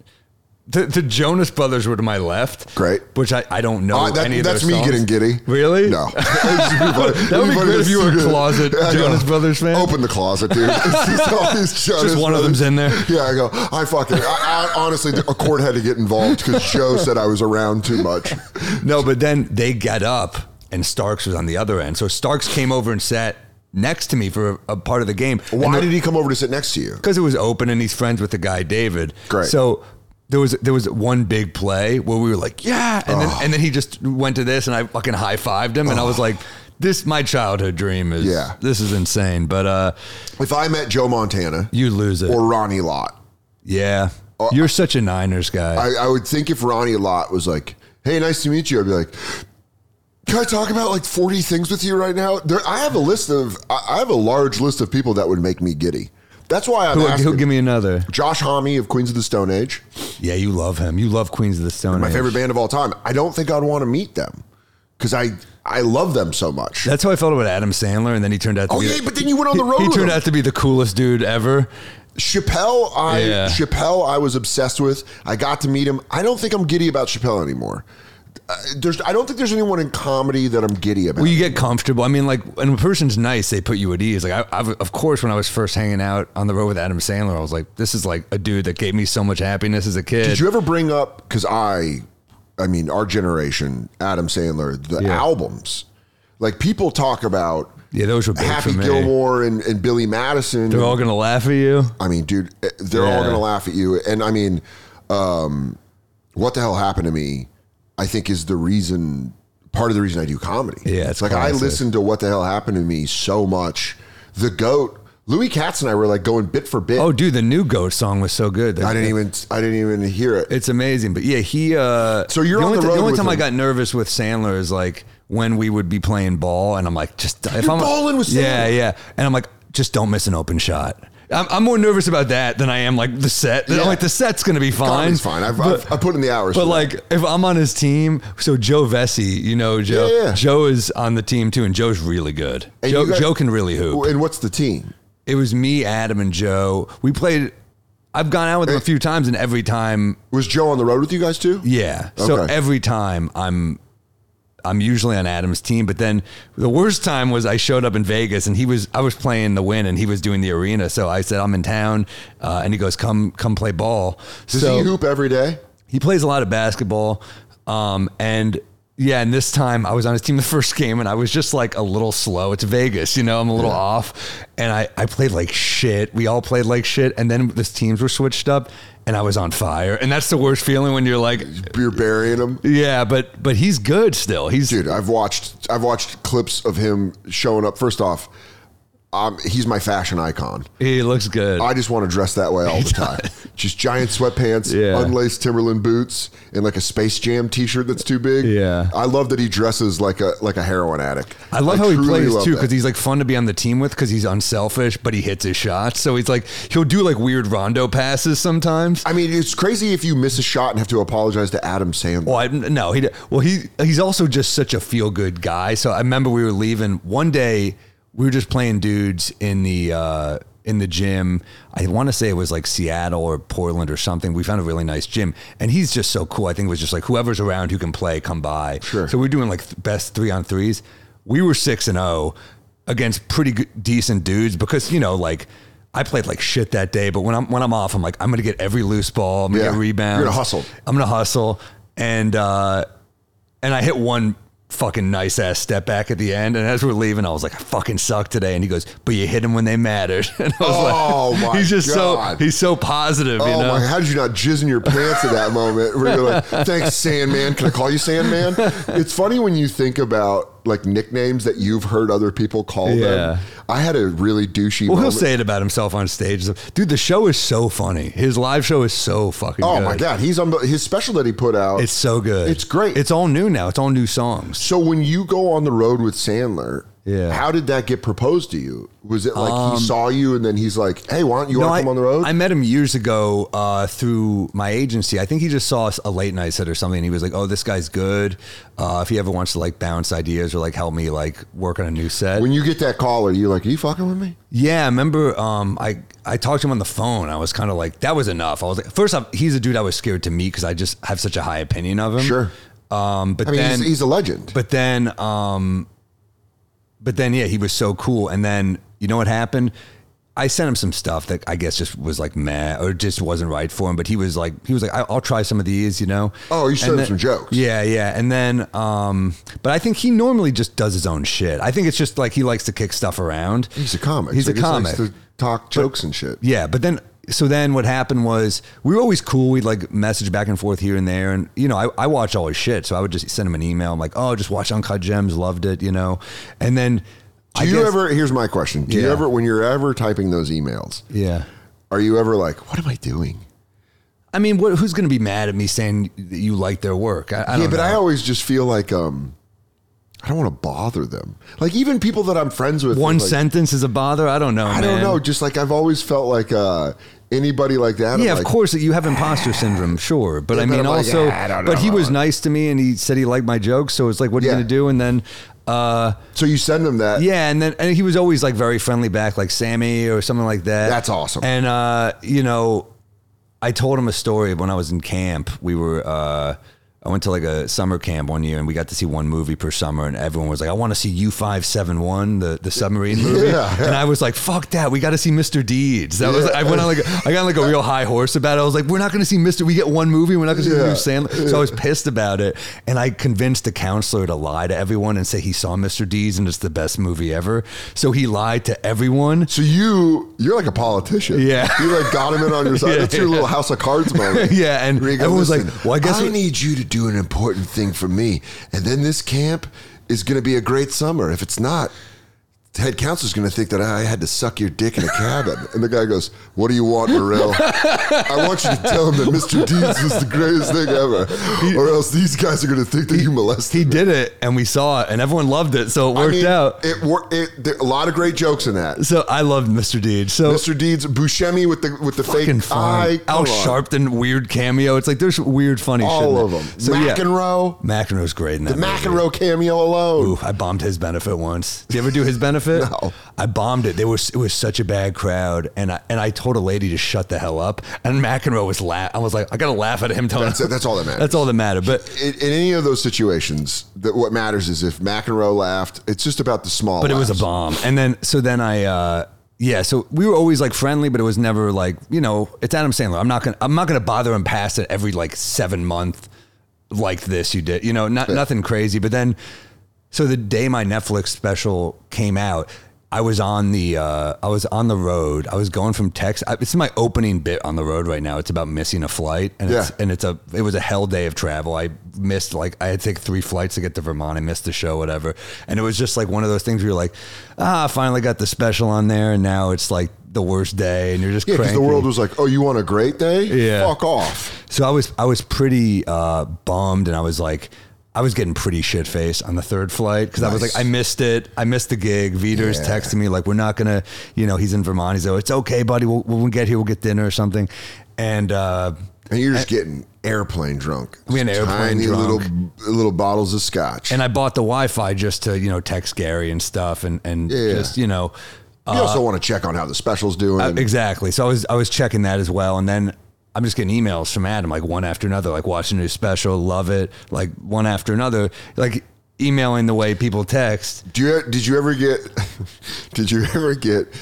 B: the, the Jonas Brothers were to my left.
A: Great.
B: Which I, I don't know
A: Uh, that-
B: any of
A: that's
B: those
A: me
B: songs.
A: getting giddy.
B: Really? [laughs]
A: No. [laughs] that
B: would be great if you were a
A: [laughs]
B: closet Jonas Brothers fan.
A: Open the closet, dude. [laughs] It's
B: [laughs]
A: just all these Jonas
B: one of
A: Brothers.
B: them's in there.
A: Yeah, I go. I fucking. I, I, honestly, a court had to get involved because Joe said I was around too much.
B: No, but then they got up and Starks was on the other end. So Starks came over and sat next to me for a, a part of the game. And
A: Why
B: the-
A: did he come over to sit next to you?
B: because it was open and he's friends with the guy David.
A: Great.
B: So there was there was one big play where we were like, yeah, and
A: Oh.
B: then and then he just went to this, and I fucking high fived him, and I was like, this my childhood dream is
A: Yeah.
B: this is insane, but uh,
A: If I met Joe Montana
B: you lose it,
A: or Ronnie Lott,
B: yeah. You're such a Niners guy.
A: I, I would think if Ronnie Lott was like, "Hey, nice to meet you," I'd be like, "Can I talk about like forty things with you right now?" There, I have a list of, I I have a large list of people that would make me giddy. That's why I'm
B: Who,
A: asking.
B: who give me another?
A: Josh Homme of Queens of the Stone Age,
B: Yeah, you love him. You love Queens of the Stone
A: my
B: Age.
A: favorite band of all time. I don't think I'd want to meet them because I I love them so much.
B: That's how I felt about Adam Sandler, and then he turned out. To
A: Oh
B: be
A: yeah, but then you went on the road.
B: he
A: with
B: turned
A: them.
B: out to be the coolest dude ever.
A: Chappelle, I
B: Yeah.
A: Chappelle, I was obsessed with. I got to meet him. I don't think I'm giddy about Chappelle anymore. Uh, there's, I don't think there's anyone in comedy that I'm giddy about.
B: Well, you get comfortable. I mean, like when a person's nice, they put you at ease. Like, I, I've, of course, when I was first hanging out on the road with Adam Sandler, I was like, this is like a dude that gave me so much happiness as a kid.
A: Did you ever bring up? Because I, I mean, our generation, Adam Sandler, the
B: Yeah.
A: albums, like people talk about
B: yeah, those were big
A: Happy
B: for me.
A: Gilmore and, and Billy Madison.
B: They're all gonna laugh at you.
A: I mean, dude, eh, they're all
B: Yeah.
A: going to laugh at you. And I mean, um, what the hell happened to me? I think is the reason, part of the reason I do comedy.
B: Yeah, it's
A: like I
B: classic.
A: listened to what the hell happened to me so much. The goat, Louis Katz, and I were like going bit for bit.
B: Oh, dude, the new Goat song was so good.
A: I didn't even, I didn't even hear it.
B: It's amazing, but yeah, he. uh
A: So you're
B: the
A: on
B: only,
A: the
B: ti-
A: road
B: only
A: with
B: time I
A: him.
B: got nervous with Sandler is like when we would be playing ball, and I'm like, just if I'm
A: balling with
B: yeah,
A: Sandler.
B: yeah, and I'm like, just don't miss an open shot. I'm, I'm more nervous about that than I am like the set.
A: Yeah.
B: I'm like the set's gonna be fine.
A: Comedy's fine. I've, I've, I put in the hours.
B: But
A: for that.
B: like, if I'm on his team, so Joe Vesey, you know Joe.
A: Yeah, yeah.
B: Joe is on the team too, and Joe's really good.
A: And
B: Joe,
A: you guys-
B: Joe can really hoop.
A: and what's the team?
B: It was me, Adam, and Joe. We played. I've gone out with him a few times, and every time,
A: Was Joe on the road with you guys too?
B: yeah. So
A: Okay.
B: every time, I'm. I'm usually on Adam's team, but then the worst time was I showed up in Vegas and he was I was playing the win and he was doing the arena. So I said I'm in town, uh, and he goes, "Come, come play ball."
A: Does
B: so,
A: he hoop every day?
B: he plays a lot of basketball. Um, and yeah, and this time I was on his team [laughs] the first game and I was just like a little slow. It's Vegas, you know, I'm a little off. And I, I played like shit. We all played like shit. And then the teams were switched up and I was on fire. And that's the worst feeling when you're like,
A: You're burying him.
B: yeah, but but he's good still. He's
A: dude i've watched i've watched clips of him showing up first off um, he's my fashion icon
B: he looks good.
A: i just want to dress that way all [laughs] the time just giant sweatpants
B: Yeah.
A: unlaced timberland boots and like a space jam t-shirt that's too big
B: Yeah.
A: i love that he dresses like a like a heroin addict
B: I love how he
A: truly
B: plays
A: love
B: too
A: that.
B: because he's like fun to be on the team with because he's unselfish, but he hits his shots. So he's like he'll do like weird rondo passes sometimes.
A: i mean it's crazy if you miss a shot and have to apologize to adam sandler
B: Well, I, no, he well he he's also just such a feel good guy. So I remember we were leaving one day. We were just playing dudes in the uh, in the gym. I want to say it was like Seattle or Portland or something. We found a really nice gym, and he's just so cool. I think it was just like whoever's around who can play, come by.
A: Sure.
B: So we're doing like th- best three on threes. We were six and zero against pretty good, decent dudes because you know like. I played like shit that day, but when I'm when I'm off, I'm like I'm gonna get every loose ball, I'm gonna
A: Yeah.
B: get rebounds,
A: You're gonna hustle.
B: I'm gonna hustle, and uh, and I hit one fucking nice ass step back at the end. And as we're leaving, I was like, I fucking suck today. And he goes, But you hit him when they mattered. [laughs] And I was
A: Oh,
B: like,
A: my
B: He's just
A: God.
B: so he's so positive, you
A: Oh
B: know.
A: my! How did you not jizz in your pants at that moment? Where you're like,
B: [laughs]
A: "Thanks, Sandman." Can I call you Sandman? It's funny when you think about like nicknames that you've heard other people call
B: Yeah.
A: them. I had a really douchey.
B: Well, he'll
A: moment.
B: say it about himself on stage. Dude, the show is so funny. His live show is so fucking
A: "Oh
B: good.
A: my god, he's on his special that he put out."
B: It's so good.
A: It's great.
B: It's all new now. It's all new songs.
A: so when you go on the road with Sandler,
B: Yeah. Um,
A: How did that get proposed to you? Was it like he saw you and then he's like, "Hey, why don't you want to
B: I,
A: come on the road?"
B: I met him years ago uh, through my agency. I think he just saw us a late night set or something, and he was like, "Oh, this guy's good. Uh, if he ever wants to like bounce ideas or like help me like work on a new set."
A: when you get that call, are you like, "Are you fucking with me?"
B: yeah, I remember um, I I talked to him on the phone. I was kind of like, "That was enough." I was like, first off, he's a dude I was scared to meet because I just have such a high opinion of him.
A: Sure.
B: Um, but
A: I mean,
B: then
A: he's, he's a legend.
B: But then, um, but then, yeah, he was so cool. And then, you know what happened? I sent him some stuff that I guess just was like meh or just wasn't right for him. But he was like, he was like, I- I'll try some of these, you know.
A: Oh, you sent
B: And
A: him
B: then-
A: some jokes.
B: Yeah, yeah. And then, um, but I think he normally just does his own shit. I think it's just like he likes to kick stuff around.
A: he's a comic.
B: He's
A: so
B: a
A: he just
B: comic.
A: likes to talk jokes and shit.
B: Yeah, but then so then what happened was we were always cool. We'd like message back and forth here and there, and you know I, I watch all his shit, so I would just send him an email. I'm like, oh, just watch Uncut Gems, loved it, you know. And then
A: Do
B: I
A: you
B: guess-
A: ever? Here's my question: Do you
B: Yeah.
A: ever, when you're ever typing those emails,
B: Yeah,
A: are you ever like, "What am I doing?"
B: I mean, what, who's gonna be mad at me saying that you like their work? I, I don't
A: yeah, but
B: know.
A: I always just feel like um, I don't want to bother them. Like even people that I'm friends with,
B: one
A: like,
B: sentence is a bother. I don't know.
A: I don't
B: man.
A: know. Just like I've always felt like uh, anybody like that. I'm
B: Yeah, of
A: like,
B: course you
A: [sighs]
B: have imposter syndrome, sure, but I
A: but
B: mean
A: I'm like,
B: also,
A: "Ah, I don't
B: but
A: know
B: he
A: about
B: was
A: that."
B: nice to me and he said he liked my jokes, so it's like, what are
A: Yeah.
B: you gonna do? And then, uh,
A: So you send them that.
B: Yeah, and then and he was always like very friendly back, like Sammy or something like that.
A: That's awesome.
B: And uh, you know, I told him a story when I was in camp. We were uh, I went to like a summer camp one year, and we got to see one movie per summer, and everyone was like, "I want to see U five seven one, the the submarine
A: [laughs]
B: movie."
A: yeah.
B: And I was like, "Fuck that! We got to see Mr. Deeds." That was I went on like I got on like a real high horse about it. I was like, "We're not going to see Mr. We get one movie. We're not going to see the
A: Yeah.
B: new Sandler." So I was pissed about it, and I convinced the counselor to lie to everyone and say he saw Mr. Deeds and it's the best movie ever. So he lied to everyone.
A: So you you're like a politician.
B: Yeah.
A: You like got him in on your side.
B: [laughs] Yeah,
A: That's your little House of Cards moment.
B: [laughs] Yeah, and
A: Where you go,
B: everyone was
A: "Listen,
B: like, "Well, I guess we-
A: need you to do an important thing for me, and then this camp is going to be a great summer. If it's not." the Head counselor's going to think that I had to suck your dick in a
B: [laughs]
A: cabin. And the guy goes, What do you want, Morrell? I want you to tell him that Mr. Deeds was the greatest thing ever, or else these guys are going to think that you molested
B: He
A: me."
B: did it, and we saw it, and everyone loved it, so it
A: I
B: worked
A: mean,
B: out.
A: It, wor- it, there, a lot of great jokes in that.
B: So I loved Mr. Deeds. So
A: Mr. Deeds, Buscemi with the with the
B: fucking
A: fake
B: fun.
A: eye,
B: Al
A: come on.
B: Sharpton weird cameo. It's like there's weird funny shit. in
A: all of
B: there.
A: them.
B: So yeah,
A: McEnroe,
B: McEnroe's great in that.
A: the McEnroe cameo alone.
B: Oof, I bombed his benefit once. Did you ever do his benefit?
A: [laughs] No.
B: I bombed it. There was it was such a bad crowd, and I and I told a lady to shut the hell up. And McEnroe was laugh. I was like, I gotta laugh at him. Telling
A: That's it. That's all that matters.
B: That's all that mattered. But
A: In, in any of those situations, that what matters is if McEnroe laughed. It's just about the small.
B: but it was a bomb. And then so then I uh yeah, so we were always like friendly, but it was never like, you know, it's Adam Sandler. I'm not gonna I'm not gonna bother him past it every like seven month like this you did. You know, not nothing crazy. But then so the day my Netflix special came out, I was on the uh, I was on the road. I was going from Texas. It's my opening bit on the road right now. It's about missing a flight, and it's,
A: Yeah.
B: and it's a it was a hell day of travel. I missed like I had to take three flights to get to Vermont. I missed the show, whatever. And it was just like one of those things where you're like, ah, I finally got the special on there, and now it's like the worst day, and you're just
A: yeah, because
B: cranky.
A: the world was like, "Oh, you want a great day?
B: Yeah.
A: Fuck off."
B: So I was I was pretty uh, bummed, and I was like. I was getting pretty shit faced on the third flight because I was
A: Nice.
B: like, I missed it. I missed the gig. Viter's
A: Yeah.
B: texting me like, we're not gonna, you know, he's in Vermont. He's like, it's okay, buddy. We'll, when we get here, we'll get dinner or something. And uh,
A: And you're just getting airplane drunk.
B: We an airplane
A: Tiny
B: drunk.
A: little little bottles of scotch.
B: and I bought the Wi-Fi just to, you know, text Gary and stuff, and and
A: Yeah.
B: just you know, uh,
A: you also want to check on how the special's doing.
B: Exactly. So I was I was checking that as well, and then I'm just getting emails from Adam like one after another, like watching a new special, love it, like one after another, like emailing the way people text.
A: Do you did you ever get [laughs] did you ever get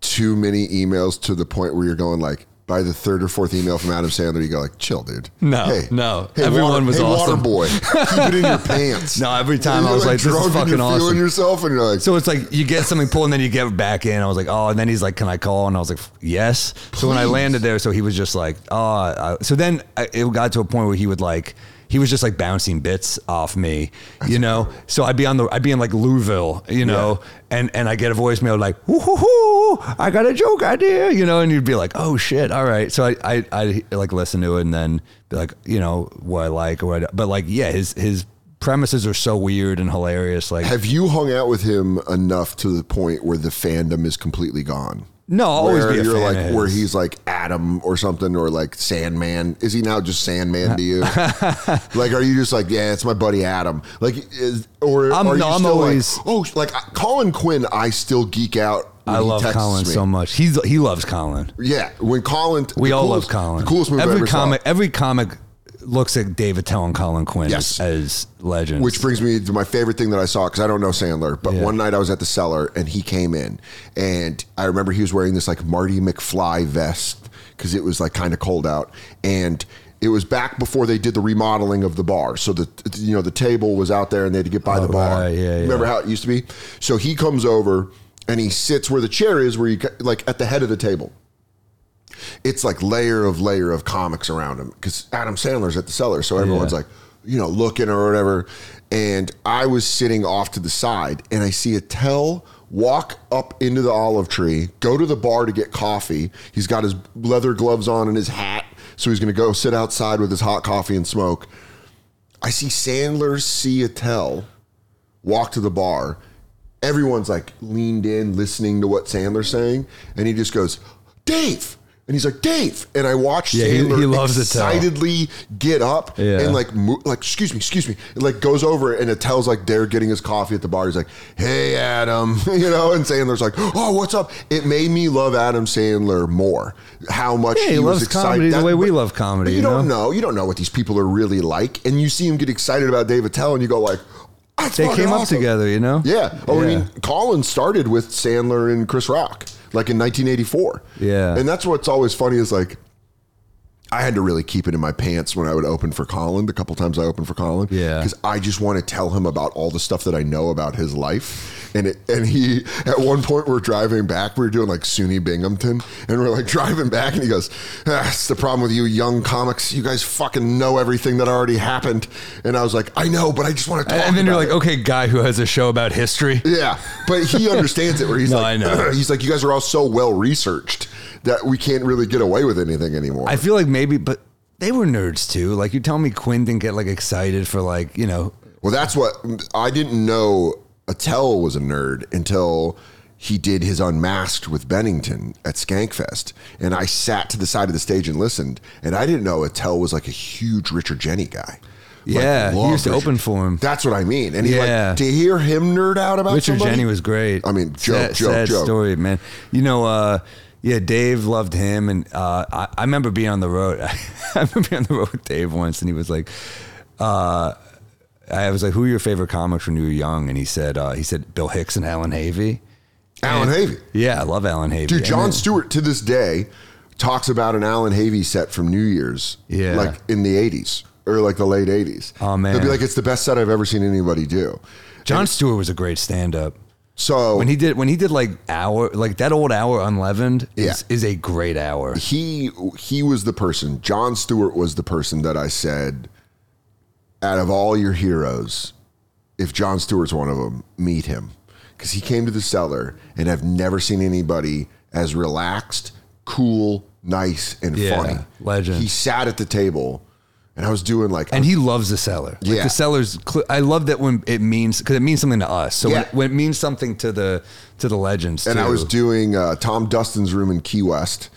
A: too many emails to the point where you're going like by the third or fourth email from Adam Sandler you go like chill dude
B: No, no. Everyone
A: water,
B: was
A: hey, water
B: awesome.
A: boy keep it in your pants
B: [laughs] No, every time I was like, this is
A: drunk and
B: fucking
A: you're
B: awesome.
A: feeling yourself and you're like
B: So it's like you get something pulled and then you get back in. I was like, oh, and then he's like, can I call? And I was like, yes. So when I
A: Please.
B: landed there, so he was just like, oh. I, so then I, it got to a point where he would like, he was just like bouncing bits off me, you know. So I'd be on the, I'd be in like Louisville, you know, and and I get a voicemail like, whoo hoo hoo, I got a joke idea, you know, and you'd be like, oh shit, all right. So I I, I like listen to it and then be like, you know, what I like or what, I don't- but like yeah, his his premises are so weird and hilarious. Like,
A: Have you hung out with him enough to the point where the fandom is completely gone?
B: no, I'll always
A: where
B: be a
A: you're
B: fan
A: like
B: of his.
A: where he's like Adam or something or like Sandman. Is he now just Sandman to
B: [laughs]
A: you? like, are you just like, yeah, it's my buddy Adam? Like, is, or
B: I'm-
A: are you
B: no, I'm
A: still
B: always-
A: like, oh, like I- Colin Quinn? I still geek out. When
B: I
A: he
B: love
A: texts
B: Colin
A: me.
B: so much. He's he loves Colin.
A: Yeah, when Colin,
B: We
A: the
B: all
A: coolest-
B: love Colin.
A: The coolest movie
B: every
A: I ever saw.
B: comic, every comic looks at David Tell and Colin Quinn
A: Yes.
B: as, as legends.
A: Which brings me to my favorite thing that I saw because I don't know Sandler, but
B: Yeah.
A: one night I was at the cellar and he came in, and I remember he was wearing this like Marty McFly vest because it was like kind of cold out, and it was back before they did the remodeling of the bar, so the you know the table was out there and they had to get by the bar.
B: Oh, right, yeah,
A: Remember
B: yeah.
A: how it used to be? So he comes over and he sits where the chair is, where you ca- like at the head of the table it's like layer of layer of comics around him because Adam Sandler's at the cellar, so everyone's
B: Yeah.
A: like, you know, looking or whatever. And I was sitting off to the side, and I see a tell walk up into the olive tree, go to the bar to get coffee. He's got his leather gloves on and his hat, so he's gonna go sit outside with his hot coffee and smoke. I see Sandler see a tell walk to the bar. Everyone's like leaned in, listening to what Sandler's saying, and he just goes, "Dave," and he's like, "Dave," and I watched
B: Yeah, he-
A: Sandler
B: he loves to tell.
A: excitedly get up
B: Yeah.
A: and like, mo- like, excuse me, excuse me, and like goes over and it tells like they're getting his coffee at the bar. He's like, "Hey, Adam," [laughs] you know, and Sandler's like, "Oh, what's up?" It made me love Adam Sandler more. How much
B: Yeah, he
A: was
B: loves
A: excited-
B: comedy the
A: that-
B: way we
A: but-
B: love
A: but
B: comedy,
A: you,
B: you
A: don't know. You don't know what these people are really like, and you see him get excited about David Tell, and you go like, "That's
B: they
A: fucking
B: came up
A: awesome."
B: together, you know.
A: Yeah. Oh, I
B: Yeah.
A: mean, Colin started with Sandler and Chris Rock, like in 1984.
B: Yeah.
A: And that's what's always funny is like, I had to really keep it in my pants when I would open for Colin. The couple times I opened for Colin,
B: Yeah.
A: because I just want to tell him about all the stuff that I know about his life. And it, and he at one point we're driving back, we were doing like SUNY Binghamton, and we're like [laughs] driving back, and he goes, "That's the problem with you young comics. You guys fucking know everything that already happened." And I was like, "I know, but I just want to." Talk
B: And then you're
A: about
B: like,
A: it."
B: okay, guy who has a show about history.
A: Yeah, but
B: [laughs]
A: he understands it. Where he's
B: No,
A: like,
B: I know.
A: [clears throat] he's like, you guys are all so well researched that we can't really get away with anything anymore.
B: I feel like maybe, but they were nerds too. Like you tell me, Quinn didn't get like excited for like you know.
A: well, that's what I didn't know. Attell was a nerd until he did his unmasked with Bennington at Skankfest, and I sat to the side of the stage and listened, and I didn't know Attell was like a huge Richard Jenny guy. Like,
B: Yeah, he
A: loved
B: used to
A: Richard-
B: open for him.
A: That's what I mean. And he
B: Yeah.
A: like to hear him nerd out about
B: Richard
A: somebody-
B: Jenny was great.
A: I mean, joke,
B: sad,
A: joke,
B: sad
A: joke.
B: story, man. You know, uh, yeah, Dave loved him, and uh, I, I remember being on the road. [laughs] I remember being on the road with Dave once, and he was like, uh, "I was like, who are your favorite comics when you were young?" And he said, uh, "He said Bill Hicks and Alan Havey."
A: Alan
B: And-
A: Havey.
B: Yeah, I love Alan Havey.
A: Dude,
B: And
A: John
B: then-
A: Stewart to this day talks about an Alan Havey set from New Year's,
B: Yeah.
A: like in the '80s or like the late '80s.
B: Oh, man.
A: they'll be like, "It's the best set I've ever seen anybody do."
B: John Stewart was a great stand-up.
A: So
B: When he did when he did like hour like that old hour unleavened is
A: Yeah.
B: is a great hour.
A: he he was the person. John Stewart was the person that I said, out of all your heroes, if John Stewart's one of them, meet him because he came to the cellar, and I've never seen anybody as relaxed, cool, nice, and
B: Yeah,
A: funny.
B: legend.
A: He sat at the table, and I was doing like
B: And he loves the seller. Like
A: Yeah.
B: the seller's. Cl- I love that when it means because it means something to us. So
A: Yeah.
B: when, when it means something to the to the legends.
A: and I
B: too.
A: was doing uh, Tom Dustin's room in Key West.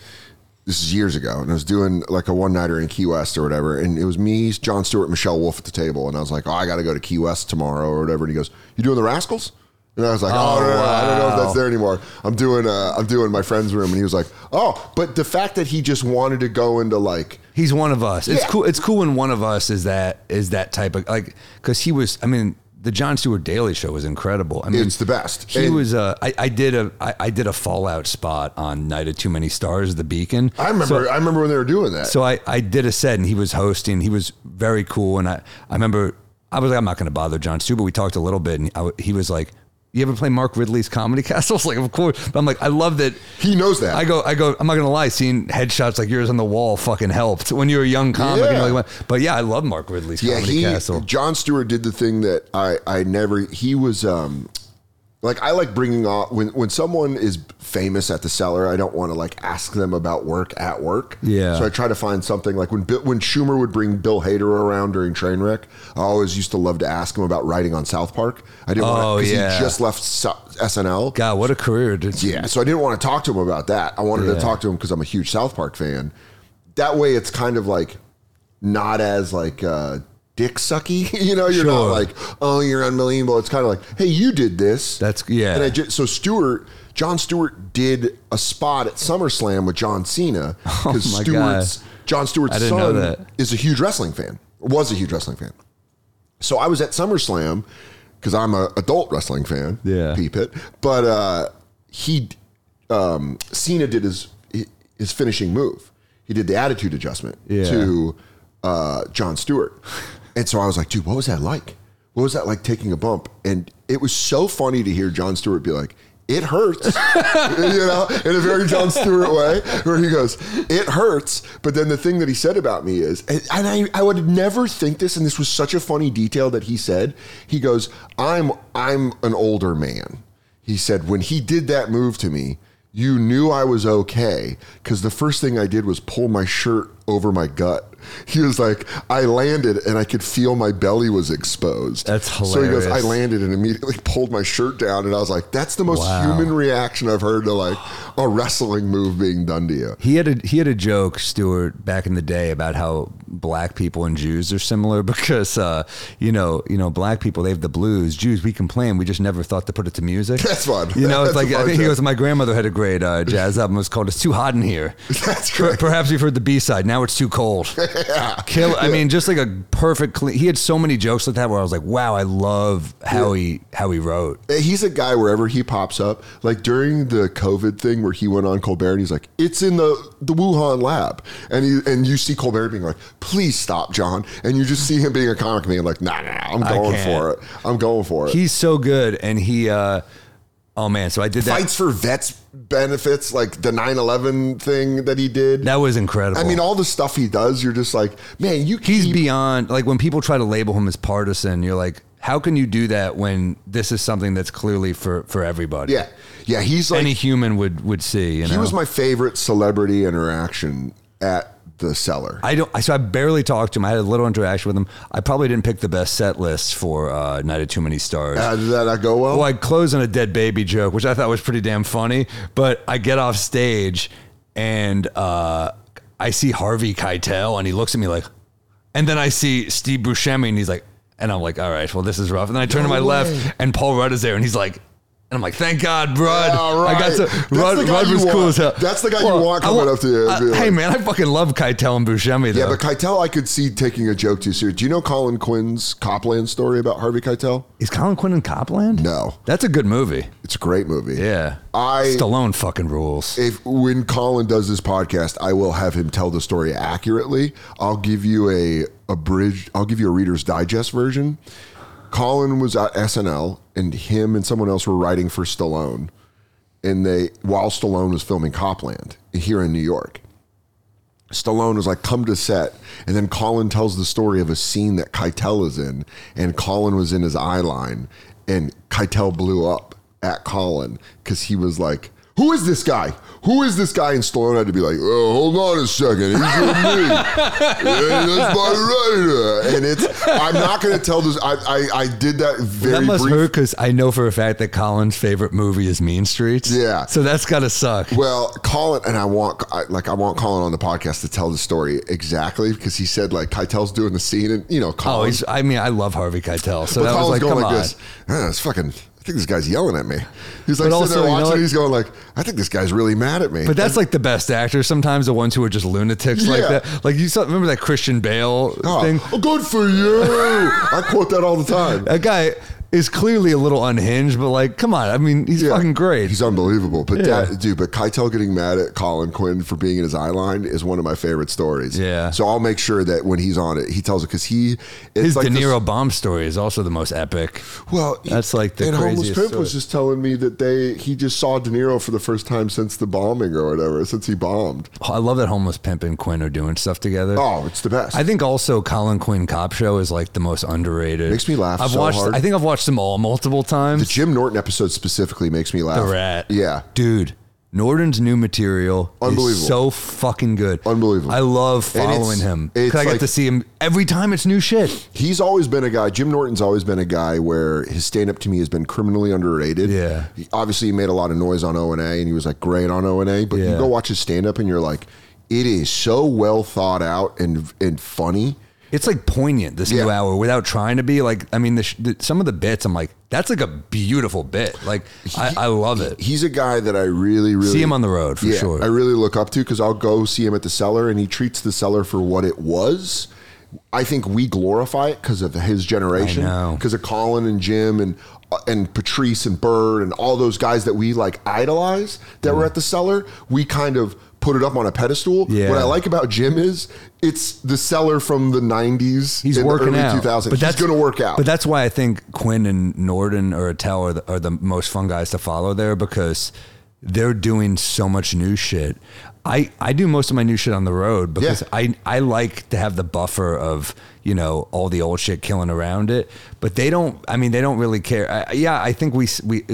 A: This is years ago, and I was doing like a one nighter in Key West or whatever. And it was me, John Stewart, Michelle Wolf at the table, and I was like, "Oh, I got to go to Key West tomorrow or whatever." And he goes, "You doing the Rascals?" And I was like, "Oh,
B: Oh,
A: no, no, no, I don't know if
B: wow.
A: that's there anymore. I'm doing uh, I'm doing my friend's room." And he was like, "Oh, but the fact that he just wanted to go into like."
B: He's one of us. It's
A: Yeah.
B: cool. It's cool when one of us is that is that type of like because he was. I mean, the John Stewart Daily Show was incredible. I mean,
A: It's the best.
B: He
A: And-
B: was. Uh, I, I did a. I, I did a fallout spot on Night of Too Many Stars, The Beacon.
A: I remember, I remember when they were doing that.
B: So I, I did a set and he was hosting. He was very cool. And I, I remember I was like, I'm not going to bother John Stewart. but We talked a little bit and I w he was like, you ever play Mark Ridley's Comedy [laughs] Castle? I was like, of course. But I'm like, I love that.
A: he knows that.
B: I go, I go, I'm not going to lie. Seeing headshots like yours on the wall fucking helped when you were a young comic. And
A: Yeah.
B: you're like, but yeah, I love Mark Ridley's Comedy Castle.
A: John Stewart did the thing that I I never. He was um, Like I like bringing on when when someone is famous at the cellar, I don't want to like ask them about work at work.
B: Yeah.
A: So I try to find something like when Bill, when Schumer would bring Bill Hader around during Trainwreck, I always used to love to ask him about writing on South Park. I didn't
B: Oh,
A: want to
B: yeah.
A: he just left Su- SNL.
B: God, what a career! dude.
A: Yeah, so I didn't want to talk to him about that. I wanted
B: Yeah.
A: to talk to him because I'm a huge South Park fan. That way, it's kind of like not as like uh, dick sucky. [laughs] you know, you're
B: Sure.
A: not like oh you're unbelievable. It's kind of like hey you did this.
B: That's- yeah.
A: And I just, so Stewart, John Stewart did a spot at SummerSlam with John
B: [laughs]
A: Cena because
B: Oh my God.
A: Stewart's John Stewart's
B: I didn't know that.
A: son is a huge wrestling fan. Was a huge wrestling fan. So I was at SummerSlam because I'm a adult wrestling fan.
B: Yeah.
A: peep it. But uh, he, um, Cena did his his finishing move. He did the attitude adjustment
B: Yeah.
A: to uh, John Stewart, and so I was like, dude, what was that like? What was that like taking a bump? And it was so funny to hear John Stewart be like. It hurts, [laughs] you know, in a very John Stewart way, where he goes, "It hurts." But then the thing that he said about me is, and and I, I would never think this, and this was such a funny detail that he said. He goes, "I'm, I'm an older man," He said, when he did that move to me, you knew I was okay because the first thing I did was pull my shirt over my gut. [laughs] He was like, I landed and I could feel my belly was exposed.
B: That's
A: So he goes,
B: hilarious.
A: I landed and immediately [laughs] pulled my shirt down. And I was like, that's the most
B: Wow.
A: human reaction I've heard to like a wrestling move being done to you.
B: He had a he had a joke, Stuart, back in the day about how black people and Jews are similar [laughs] because uh, you know you know black people they have the blues. Jews we complain, we just never thought to put it to music.
A: That's fun.
B: You know, it's
A: That's a
B: like I
A: fun
B: think he
A: joke.
B: goes. My grandmother had a great uh, jazz album. It was called "It's Too Hot in Here."
A: [laughs] That's
B: Per-
A: great.
B: Perhaps you've heard the B side. Now it's
A: [laughs]
B: too cold. Kill. I mean, just like a perfect. Clean, he had so many jokes like that where I was like, wow, I love how he how he wrote.
A: He's a guy wherever he pops up. Like during the COVID thing where he went on Colbert and he's like, "It's in the the Wuhan lab," and he and you see Colbert being like, "Please stop, John," and you just see him being a comic man like, "Nah, nah, nah, I'm
B: I
A: going
B: can't.
A: for it. I'm going for it." He
B: He's so good, and he. uh Oh man, so I did that.
A: fights for vets benefits, like the 9/11 thing that he did.
B: That was incredible.
A: I mean, all the stuff he does, you're just like, man, you
B: he's
A: keep-
B: beyond like when people try to label him as partisan you're like how can you do that when this is something that's clearly for for everybody
A: yeah, yeah. He's like
B: any human would would see you know
A: he was my favorite celebrity interaction at the cellar.
B: I don't. I- So I barely talked to him. I had a little interaction with him. I probably didn't pick the best set list for uh, "Night of Too Many Stars."
A: Uh, did that not go well?
B: Well, I close on a dead baby joke, which I thought was pretty damn funny. But I get off stage and uh, I see Harvey Keitel, and he looks at me like, and then I see Steve Buscemi, and he's like, and I'm like, all right, well, this is rough. And then I turn to
A: No
B: my
A: way.
B: left, and Paul Rudd is there, and he's like. And I'm like, thank God, Rudd.
A: All right.
B: I got to,
A: That's
B: Rudd,
A: the guy
B: Rudd
A: you
B: was cool
A: want.
B: as hell.
A: That's the guy you want coming
B: wa-
A: up to you and
B: I-
A: being
B: hey,
A: like-
B: man, I fucking love Keitel and Buscemi, though.
A: Yeah, but Keitel, I could see taking a joke too serious. Do you know Colin Quinn's Copland story about Harvey Keitel?
B: Is Colin Quinn in Copland?
A: No.
B: That's a good movie.
A: It's a great movie.
B: Yeah.
A: I-
B: Stallone fucking rules.
A: If when Colin does this podcast, I will have him tell the story accurately. I'll give you a abridged. I'll give you a Reader's Digest version. Colin was at SNL, and him and someone else were writing for Stallone, and they while Stallone was filming Copland here in New York. Stallone was like, come to set. And then Colin tells the story of a scene that Keitel is in, and Colin was in his eye line, and Keitel blew up at Colin because he was like, who is this guy? Who is this guy? And Stallone had to be like, oh, hold on a second. He's with me. Yeah, that's my writer. And it's, I'm not going to tell this. I, I, I did that very
B: That must
A: brief-
B: hurt because I know for a fact that Colin's favorite movie is Mean Streets.
A: Yeah.
B: So that's got to suck.
A: Well, Colin and I want I, like I want Colin on the podcast to tell the story exactly because he said like Keitel's doing the scene and you know
B: Oh,
A: Colin.
B: he's, I mean, I love Harvey Keitel. So
A: but
B: that was
A: Colin's
B: like,
A: going
B: come
A: like
B: on.
A: this. "Ah, it's fucking. I think this guy's yelling at me. He's like
B: But also,
A: sitting there
B: you know
A: watching.
B: what?
A: it, he's going like, I think this guy's really mad at me.
B: But that's like the best actors. Sometimes the ones who are just lunatics like
A: Yeah.
B: that. Like you saw, remember that Christian Bale
A: oh,
B: thing?
A: oh, good for you. I quote that all the time.
B: That guy is clearly a little unhinged, but like, come on. I mean, he's
A: Yeah.
B: fucking great.
A: He's unbelievable. But
B: Yeah.
A: that, dude, but Keitel getting mad at Colin Quinn for being in his eye line is one of my favorite stories.
B: Yeah.
A: So I'll make sure that when he's on it, he tells it because he it's
B: His
A: like
B: De
A: this-
B: Niro bomb story is also the most epic.
A: Well,
B: That's like the
A: and homeless
B: craziest
A: pimp
B: story.
A: was just telling me that they he just saw De Niro for the first time since the bombing or whatever, since he bombed.
B: I love that homeless pimp and Quinn are doing stuff together.
A: Oh, it's the best.
B: I think also Colin Quinn Cop Show is like the most underrated.
A: Makes me laugh
B: I've
A: so
B: watched.
A: hard.
B: I think I've watched watched them all multiple
A: The
B: times.
A: Jim Norton episode specifically makes me laugh.
B: The rat.
A: Yeah.
B: Dude, Norton's new material
A: Unbelievable.
B: is so fucking good.
A: Unbelievable.
B: I love
A: And it's-
B: following him.
A: it's
B: Because I
A: like-
B: get to see him every time it's new shit.
A: He's always been a guy, Jim Norton's always been a guy where his stand up to me has been criminally underrated.
B: Yeah.
A: He- obviously, he made a lot of noise on O and A and he was like great on O and A, but you
B: Yeah.
A: go watch his stand up and you're like, it is so well thought out and and funny.
B: It's like poignant this new
A: Yeah.
B: hour without trying to be like. I mean, the, sh- the, some of the bits I'm like, that's like a beautiful bit. Like I, I love it.
A: He's a guy that I really, really
B: See him on the road for
A: yeah,
B: sure.
A: I really look up to because I'll go see him at the cellar and he treats the cellar for what it was. I think we glorify it because of his generation,
B: I know.
A: because of Colin and Jim and uh, and Patrice and Bird and all those guys that we like idolize that were at the cellar. We kind of put it up on a pedestal.
B: Yeah.
A: What I like about Jim is it's the cellar from the '90s.
B: He's
A: and
B: working
A: early
B: out,
A: 2000s.
B: but that's
A: He's going to work out.
B: But that's why I think Quinn and Norton or Attell are the, are the most fun guys to follow there because they're doing so much new shit. I, I do most of my new shit on the road because
A: Yeah.
B: I I like to have the buffer of you know all the old shit killing around it, but they don't. I mean, they don't really care. I, yeah, I think we s- we.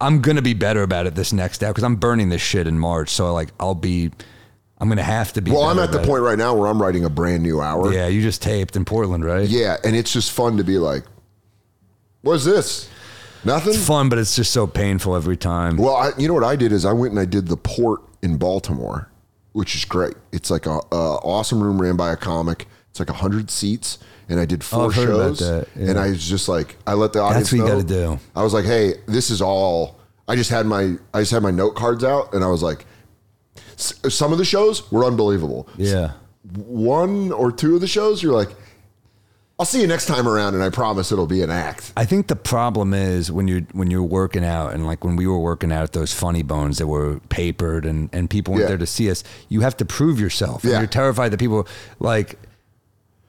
B: I'm gonna be better about it this next hour because I'm burning this shit in March. So like I'll be, I'm gonna have to be.
A: well, I'm
B: better
A: at the
B: about it.
A: point right now where I'm writing a brand new hour.
B: Yeah, you just taped in Portland, right?
A: Yeah, and it's just fun to be like, "What's this? Nothing."
B: It's fun, but it's just so painful every time.
A: Well, I, you know what I did is I went and I did the port in Baltimore, which is great. It's like a, a awesome room ran by a comic. It's like hundred seats, and I did four
B: Oh, I've heard about
A: shows.
B: that, yeah.
A: And I was just like, I let the audience.
B: what you
A: know.
B: gotta do.
A: I was like, hey, this is all. I just had my I just had my note cards out, and I was like, s- some of the shows were unbelievable.
B: Yeah.
A: One or two of the shows, you're like. I'll see you next time around, and I promise it'll be an act.
B: I think the problem is when you're when you're working out and like when we were working out at those funny bones that were papered and and people went
A: Yeah.
B: there to see us, you have to prove yourself. And
A: Yeah.
B: you're terrified that people like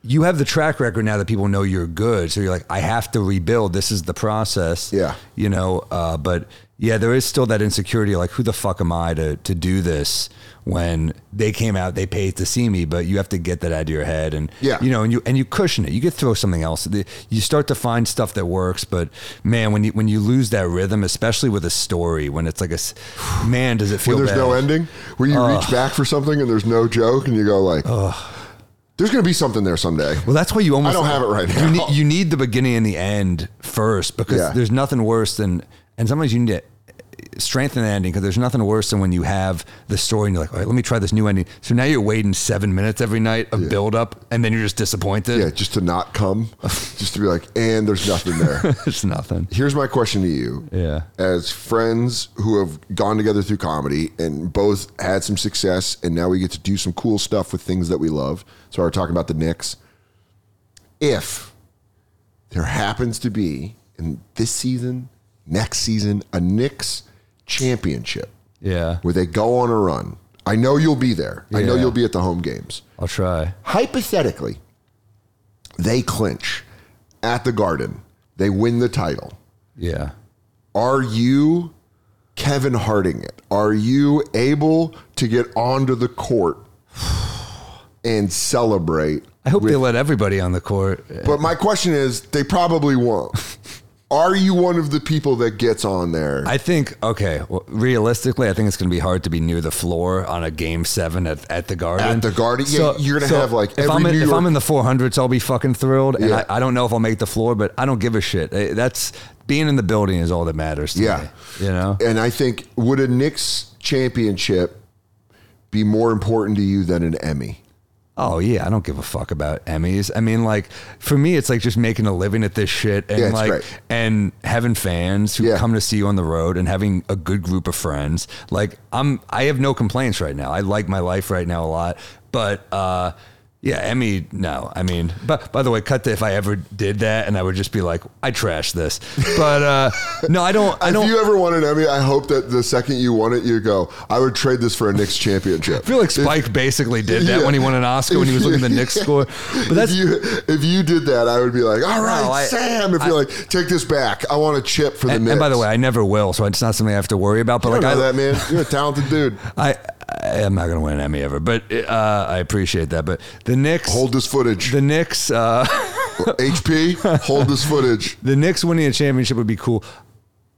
B: you have the track record now that people know you're good. So you're like, I have to rebuild. This is the process.
A: Yeah.
B: You know, uh, but yeah, there is still that insecurity like, who the fuck am I to, to do this when they came out, they paid to see me, but you have to get that out of your head. And,
A: Yeah.
B: you know, and you, and you cushion it. You could throw something else. The- You start to find stuff that works. But man, when you, when you lose that rhythm, especially with a story, when it's like a, s- [sighs] man, does it feel
A: When there's
B: bad.
A: no ending, when you reach back for something and there's no joke, and you go like, "There's going to be something there someday."
B: Well, that's why you almost
A: I don't have it right now.
B: You need, you need the beginning and the end first because
A: Yeah.
B: there's nothing worse than, and sometimes you need to strengthen the ending because there's nothing worse than when you have the story and you're like, all right, let me try this new ending. So now you're waiting seven minutes every night of build up, and then you're just disappointed.
A: yeah, just to not come, just to be like, and there's nothing
B: [laughs]
A: there.
B: [laughs] it's nothing.
A: Here's my question to you.
B: Yeah.
A: As friends who have gone together through comedy and both had some success, and now we get to do some cool stuff with things that we love. So we're talking about the Knicks. If there happens to be in this season, next season, a Knicks championship
B: Yeah,
A: where they go on a run, I know you'll be there. I know
B: Yeah.
A: you'll be at the home games
B: I'll try.
A: hypothetically, they clinch at the Garden, they win the title.
B: Yeah.
A: Are you Kevin Harding it? Are you able to get onto the court and celebrate?
B: I hope they let everybody on the court.
A: But my question is, they probably won't. Are you one of the people that gets on there?
B: I think okay. Well, realistically, I think it's going to be hard to be near the floor on a game seven at, at the Garden.
A: At the Garden? Yeah, you're gonna have, like,
B: if
A: every
B: I'm in,
A: New
B: if
A: York-
B: I'm in the 400s, I'll be fucking thrilled. And
A: Yeah.
B: I, I don't know if I'll make the floor, but I don't give a shit. Eh, That's being in the building is all that matters. To
A: Yeah.
B: me, you know.
A: and I think would a Knicks championship be more important to you than an Emmy?
B: Oh yeah, I don't give a fuck about Emmys. I mean, like for me, it's like just making a living at this shit, and
A: Yeah, it's
B: like
A: great.
B: and having fans who
A: Yeah.
B: come to see you on the road, and having a good group of friends. Like I'm, I have no complaints right now. I like my life right now a lot, but uh, yeah, Emmy. No, I mean, but by the way, cut to if I ever did that, and I would just be like, I trashed this. But
A: [laughs]
B: uh, no, I don't. I
A: If
B: don't.
A: you ever won an Emmy, I hope that the second you won it, you go, I would trade this for a Knicks championship.
B: I feel like Spike basically did that
A: Yeah.
B: when he won an Oscar when he was looking at the Knicks
A: [laughs]
B: score. But that's
A: if you if you did that, I would be like, all right,
B: No, I-
A: Sam. If
B: I-
A: you're like, take this back. I want a chip for the
B: and,
A: Knicks.
B: and by the way, I never will, so it's not something I have to worry about. But
A: I
B: like,
A: know
B: I,
A: that man. You're a talented dude.
B: I, I am not going to win an Emmy ever, but uh, I appreciate that. But the Knicks,
A: Hold this footage.
B: the Knicks, uh,
A: HP, hold this footage.
B: the Knicks winning a championship would be cool.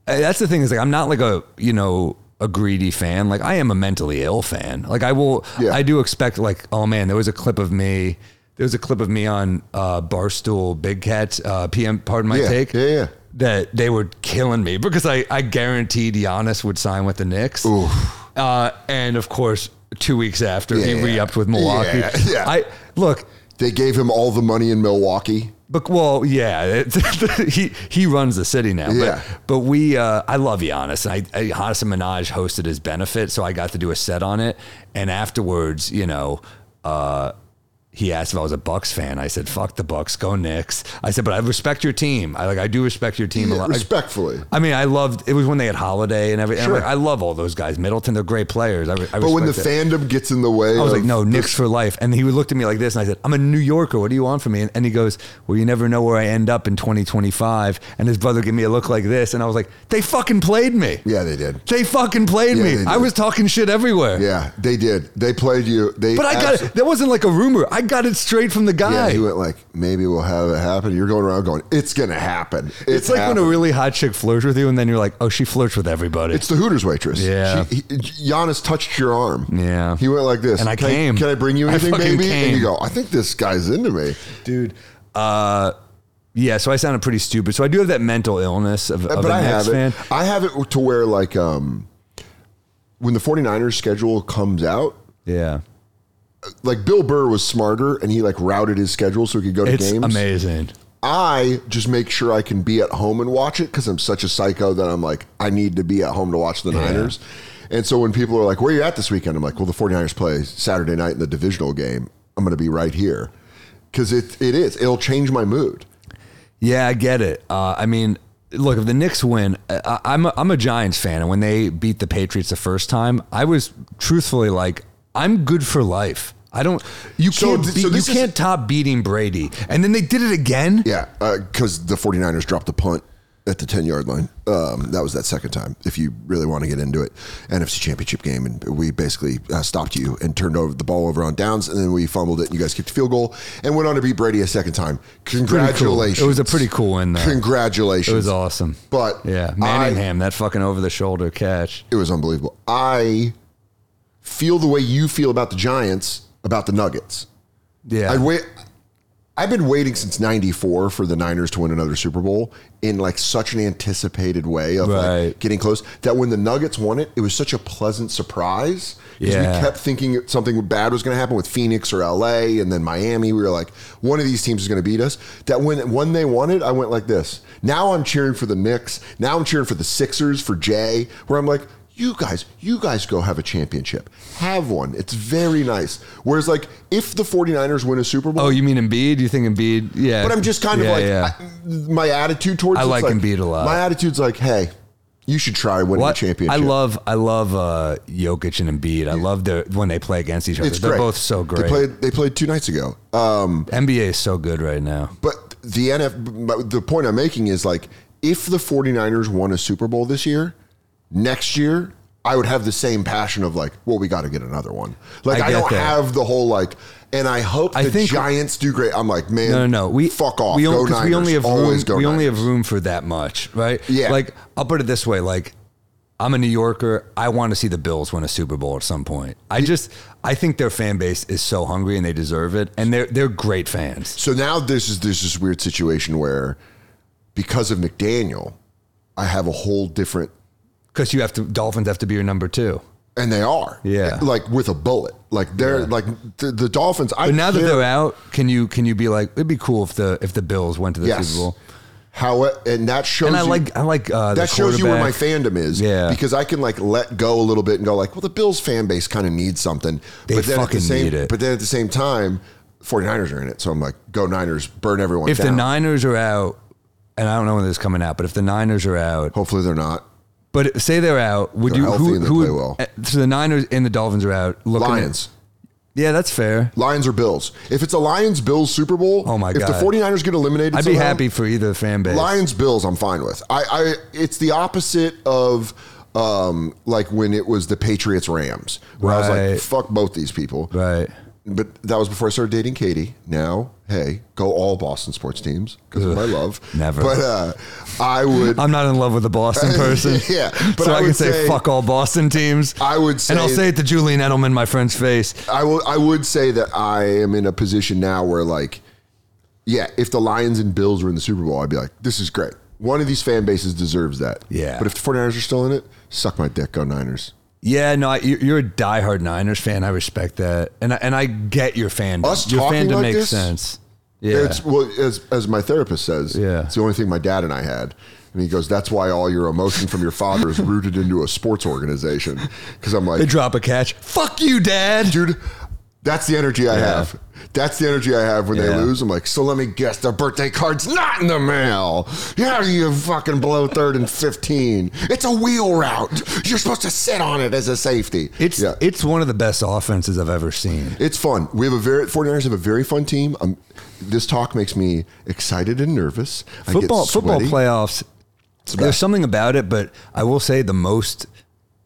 B: Uh, That's the thing is like I'm not like a you know a greedy fan. Like I am a mentally ill fan. Like I will.
A: Yeah.
B: I do expect like oh man, there was a clip of me. There was a clip of me on uh, Barstool Big Cat uh, PM. Pardon my
A: Yeah,
B: take.
A: yeah, yeah.
B: That they were killing me because I I guaranteed Giannis would sign with the Knicks. Uh, and of course, two weeks after he
A: Yeah.
B: re-upped with Milwaukee.
A: Yeah, yeah.
B: I look.
A: They gave him all the money in Milwaukee.
B: But well, yeah, it's- [laughs] he he runs the city now.
A: Yeah.
B: But, but we, uh, I love Giannis. I, I Hassan Minaj hosted his benefit, so I got to do a set on it. And afterwards, you know, uh, he asked if I was a Bucks fan. I said, "Fuck the Bucks, go Knicks." I said, "But I respect your team. I like, I do respect your team a lot." I-
A: Respectfully.
B: I mean, I loved it was when they had Holiday and everything.
A: Sure.
B: I'm like, I love all those guys. Middleton, they're great players. I, re- I
A: But when the
B: respect it.
A: fandom gets in the way,
B: I was like,
A: of-
B: no, Knicks for life. And he looked at me like this, and I said, I'm a New Yorker. What do you want from me? And, and he goes, Well, you never know where I end up in 2025. And his brother gave me a look like this, and I was like, They fucking played me.
A: Yeah, they did.
B: They fucking played
A: Yeah,
B: me.
A: they did.
B: I was talking shit everywhere.
A: Yeah, they did. They played you. They
B: But I got
A: abso-
B: it. That wasn't like a rumor. I got it straight from the
A: Yeah,
B: guy.
A: he went like, maybe we'll have it happen. You're going around going, it's gonna happen. It's,
B: it's like when a really hot chick flirts with you, and then you're like, Oh, she flirts with everybody.
A: It's the Hooters waitress.
B: Yeah.
A: she, he, Giannis touched your arm.
B: Yeah.
A: he went like this,
B: And I
A: can
B: came.
A: can I bring you
B: I
A: anything,
B: fucking
A: baby?
B: came.
A: And you go, I think this guy's into me.
B: Dude. Uh, yeah, so I sounded pretty stupid. So I do have that mental illness of, of
A: Uh, but
B: a
A: I
B: Knicks
A: have
B: fan.
A: it. I have it to where like um, when the 49ers schedule comes out,
B: Yeah.
A: like Bill Burr was smarter and he like routed his schedule so he could go to
B: It's
A: games.
B: amazing.
A: I just make sure I can be at home and watch it because I'm such a psycho that I'm like, I need to be at home to watch the Niners. And so when people are like, Where are you at this weekend? I'm like, Well, the 49ers play Saturday night in the divisional game. I'm going to be right here because it, it is. It'll change my mood.
B: Yeah, I get it. Uh, I mean, look, if the Knicks win, I, I'm a, I'm a Giants fan, and when they beat the Patriots the first time, I was truthfully like, I'm good for life. I don't. You
A: So
B: can't.
A: th-
B: beat-
A: so
B: you
A: this is-
B: can't top beating Brady, and then they did it again.
A: Yeah. Because the 49ers dropped the punt at the 10 yard line. Um, that was that second time, if you really want to get into it. NFC Championship game. And we basically uh, stopped you and turned over the ball over on downs. And then we fumbled it. And you guys kicked a field goal and went on to beat Brady a second time.
B: Pretty cool.
A: Congratulations.
B: It was a pretty cool win, though.
A: Congratulations.
B: It was awesome.
A: But
B: yeah,
A: I-
B: Manningham, that fucking over the shoulder catch.
A: it was unbelievable. I feel the way you feel about the Giants, about the Nuggets.
B: Yeah,
A: I'd wait. I've been waiting since '94 for the Niners to win another Super Bowl in like such an anticipated way of
B: Right.
A: like getting close that when the Nuggets won it, it was such a pleasant surprise because
B: Yeah.
A: we kept thinking something bad was going to happen with Phoenix or LA and then Miami. We were like, one of these teams is going to beat us. That when when they won it, I went like this. Now I'm cheering for the Knicks. Now I'm cheering for the Sixers for Jay. Where I'm like. You guys, you guys go have a championship. Have one. It's very nice. Whereas, like, if the 49ers win a Super Bowl,
B: Oh, you mean Embiid? You think Embiid? Yeah,
A: but I'm just kind
B: Yeah,
A: of like
B: yeah.
A: I, my attitude towards.
B: I
A: it's
B: like Embiid a lot.
A: My attitude's like, hey, you should try winning a
B: What-
A: championship.
B: I love I love uh, Jokic and Embiid. I love their when they play against each other.
A: It's
B: They're
A: great.
B: both so
A: They
B: great.
A: played. They played two nights ago. Um,
B: NBA is so good right now.
A: but the NF. but The point I'm making is like, if the 49ers won a Super Bowl this year, next year. I would have the same passion of like, well, we got to get another one. Like,
B: I
A: I,
B: get
A: don't
B: that.
A: have the whole like, and I hope
B: I
A: the
B: think-
A: Giants do great. I'm like, man,
B: No, no, no. We
A: fuck off.
B: We,
A: go
B: only- 'cause we
A: Niners.
B: only have
A: Always
B: room.
A: go
B: we only
A: Niners.
B: have room for that much, right?
A: Yeah.
B: Like I'll put it this way: like I'm a New Yorker. I want to see the Bills win a Super Bowl at some point. I just I think their fan base is so hungry and they deserve it, and they're they're great fans.
A: So now this is there's this weird situation where because of McDaniel, I have a whole different
B: Because you have to Dolphins have to be your number two.
A: and they are.
B: Yeah.
A: Like with a bullet. Like they're like the, the Dolphins I
B: But now that
A: care-
B: they're out, can you can you be like it'd be cool if the if the Bills went to the
A: yes.
B: Super Bowl?
A: How uh, and that shows
B: And I
A: you-
B: like I like uh,
A: that
B: the
A: shows you where my
B: quarterback.
A: fandom is.
B: Yeah.
A: Because I can like let go a little bit and go like, well, the Bills fan base kind of needs something.
B: They
A: at the
B: fucking
A: same,
B: need it.
A: But then at the same time, 49ers are in it. So I'm like, go Niners, burn everyone
B: if the
A: down.
B: Niners are out, and I don't know when this is coming out, but if the Niners are out,
A: Hopefully they're not.
B: but say they're out, would
A: They're
B: you
A: healthy
B: who,
A: and they
B: who
A: play
B: would-
A: well.
B: eh, So the Niners and the Dolphins are out. Looking
A: Lions.
B: yeah, that's fair.
A: Lions or Bills. If it's a Lions Bills Super Bowl,
B: Oh my
A: if the
B: God.
A: 49ers get eliminated,
B: I'd be
A: somehow,
B: happy for either fan base.
A: Lions Bills, I'm fine with. I, I it's the opposite of um, like when it was the Patriots Rams, where I was
B: Right.
A: like, fuck both these people.
B: right.
A: but that was before I started dating Katie. Now, hey, go all Boston sports teams because of my love.
B: never.
A: But uh, I would.
B: I'm not in love with a Boston person.
A: [laughs] Yeah, but
B: so
A: I
B: I, can
A: would
B: say,
A: say-
B: fuck all Boston teams.
A: I would say
B: and I'll say it to Julian Edelman, my friend's face.
A: I will. I would say that I am in a position now where, like, yeah, if the Lions and Bills were in the Super Bowl, I'd be like, this is great. One of these fan bases deserves that.
B: Yeah.
A: But if the 49ers are still in it, suck my dick, go Niners.
B: Yeah, no, I, you- you're a diehard Niners fan. I respect that, and I, and I get your fandom.
A: Us
B: your
A: talking
B: fandom
A: like
B: makes
A: this?
B: sense. Yeah,
A: It's well, as as my therapist says,
B: Yeah.
A: it's the only thing my dad and I had. And he goes, "That's why all your emotion from your father is rooted into a sports organization." Because I'm
B: they
A: like,
B: drop a catch. Fuck you, Dad.
A: dude, that's the energy I have. That's the energy I have when they
B: Yeah.
A: lose. I'm like, so let me guess, the birthday card's not in the mail. How do you fucking blow third and fifteen? It's a wheel route. You're supposed to sit on it as a safety.
B: It's
A: yeah.
B: it's one of the best offenses I've ever seen.
A: It's fun. We have a very 49ers have a very fun team. Um, this talk makes me excited and nervous. I get
B: Football football
A: sweaty.
B: playoffs. There's
A: best.
B: something about it, but I will say the most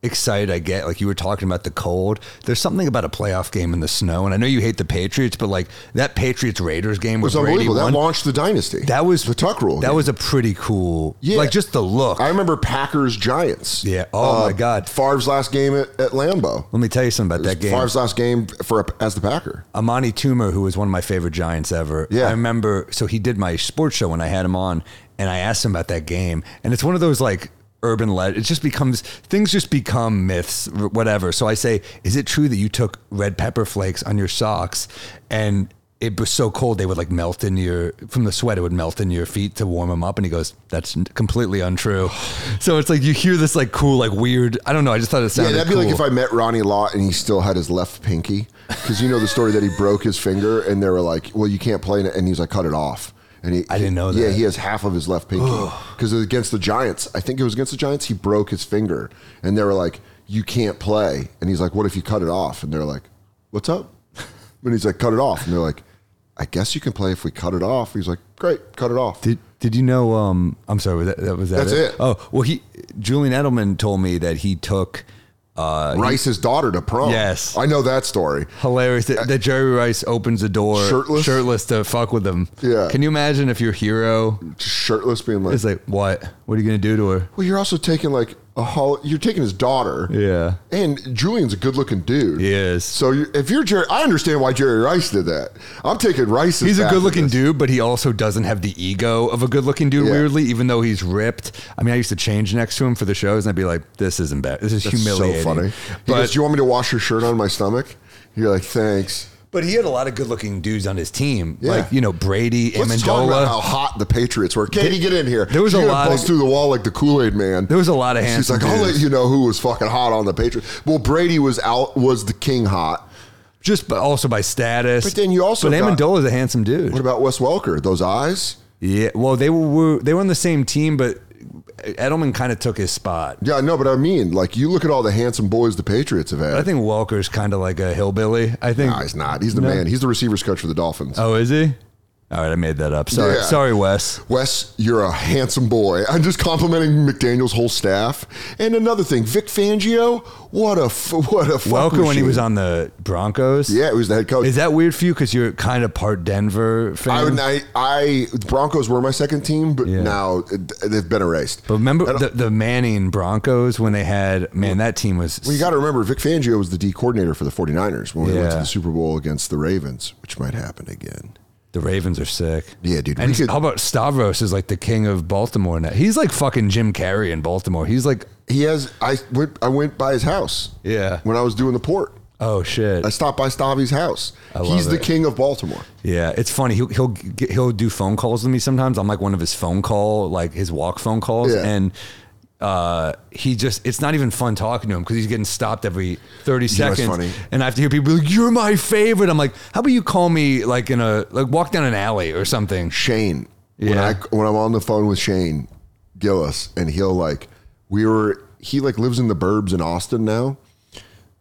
B: excited I get, like you were talking about the cold. There's something about a playoff game in the snow, and I know you hate the Patriots, but like that Patriots Raiders game
A: It was
B: was Brady
A: unbelievable. That
B: won.
A: launched the dynasty.
B: that was
A: the Tuck rule.
B: That
A: game.
B: was a pretty cool.
A: Yeah.
B: like just the look.
A: I remember Packers Giants.
B: Yeah. Oh, my God.
A: Favre's last game at, at Lambeau.
B: Let me tell you something about that game.
A: Favre's last game for a, as the Packer.
B: Amani Toomer, who was one of my favorite Giants ever.
A: Yeah.
B: I remember, so he did my sports show when I had him on, and I asked him about that game. And it's one of those like urban legend. It just becomes, things just become myths, r- whatever. So I say, is it true that you took red pepper flakes on your socks and it was so cold they would like melt in your from the sweat it would melt in your feet to warm them up and he goes that's n- completely untrue [sighs] so it's like you hear this like cool like weird i don't know i just thought it
A: Yeah,
B: sounded
A: that'd be like
B: cool.
A: if I met Ronnie Lott and he still had his left pinky. Because you know the story that he broke his finger and they were like, well, you can't play. in it," And he's like, cut it off. And he,
B: I didn't know
A: Yeah,
B: that.
A: he has half of his left pinky. Because against the Giants, I think it was against the Giants, he broke his finger. And they were like, you can't play. And he's like, what if you cut it off? And they're like, what's up? [laughs] And he's like, cut it off. And they're like, I guess you can play if we cut it off. He's like, great, cut it off.
B: Did Did you know? Um, I'm sorry. Was that, that was that.
A: That's it.
B: Oh well, he Julian Edelman told me that he took
A: Uh, Rice's daughter to prom.
B: Yes.
A: I know that story.
B: hilarious that, that Jerry Rice opens the door
A: Shirtless?
B: to fuck with him.
A: Yeah.
B: Can you imagine if your hero
A: Shirtless being like,
B: is like, what? What are you gonna do to her?
A: Well, you're also taking like a hol- you're taking his daughter.
B: Yeah.
A: And Julian's a good-looking dude.
B: He is.
A: So you, if you're Jerry, I understand why Jerry Rice did that. I'm taking Rice.
B: He's a good-looking dude, but he also doesn't have the ego of a good-looking dude.
A: Yeah.
B: Weirdly, even though he's ripped. I mean, I used to change next to him for the shows, and I'd be like, "This isn't bad. This is humiliating."
A: So funny. He
B: But
A: goes, "Do you want me to wash your shirt on my stomach?" You're like, "Thanks."
B: but he had a lot of good-looking dudes on his team,
A: Yeah.
B: like you know Brady,
A: Let's talk about
B: Amendola.
A: how hot the Patriots were. Katie, get in here.
B: there was
A: She's
B: a
A: gonna
B: lot
A: bust
B: of-
A: through the wall like the Kool Aid Man.
B: There was a lot of
A: She's
B: handsome
A: like, "I'll let
B: dudes.
A: you know who was fucking hot on the Patriots." Well, Brady was out. Was the king hot?
B: just but also by status.
A: But then you also
B: but
A: got-
B: Amendola's a handsome dude.
A: What about Wes Welker? Those eyes.
B: yeah, well they were, were they were on the same team, but Edelman kind of took his spot.
A: Yeah, no, but I mean, like, you look at all the handsome boys the Patriots have had.
B: I think Welker's kind of like a hillbilly. I think.
A: Nah, he's not. He's the
B: No.
A: man. He's the receivers coach for the Dolphins.
B: Oh, is he? All right, I made that up. Sorry,
A: Yeah.
B: sorry, Wes.
A: Wes, you're a handsome boy. I'm just complimenting McDaniel's whole staff. And another thing, Vic Fangio, what a f- what a fuck
B: Welker when he
A: machine.
B: was on the Broncos.
A: Yeah, he was the head coach.
B: Is that weird for you? Because you're kind of part Denver fan.
A: I, would- I, I the Broncos were my second team, but
B: Yeah.
A: now uh, they've been erased.
B: but remember the, the Manning Broncos when they had man that team was
A: Well, you got to remember, Vic Fangio was the D coordinator for the 49ers when we went to
B: Yeah.
A: the Super Bowl against the Ravens, which might happen again.
B: The Ravens are sick.
A: Yeah, dude, we
B: And
A: could-
B: how about Stavros is like the king of Baltimore now. He's like fucking Jim Carrey in Baltimore. He's like,
A: He has. I went. I went by his house.
B: Yeah.
A: When I was doing the port,
B: oh shit.
A: I stopped by Stavi's house. He's
B: love
A: the
B: it.
A: king of Baltimore.
B: Yeah, it's funny. He'll he'll get, he'll do phone calls with me sometimes. I'm like one of his phone call, like his walk phone calls,
A: Yeah.
B: and uh, he just it's not even fun talking to him because he's getting stopped every 30
A: know what's
B: seconds,
A: funny?
B: and I have to hear people like, "You're my favorite." I'm like, "How about you call me like in a like walk down an alley or something?"
A: Shane. When
B: Yeah.
A: I when I'm on the phone with Shane Gillis, and he'll like, we were. He like lives in the burbs in Austin now.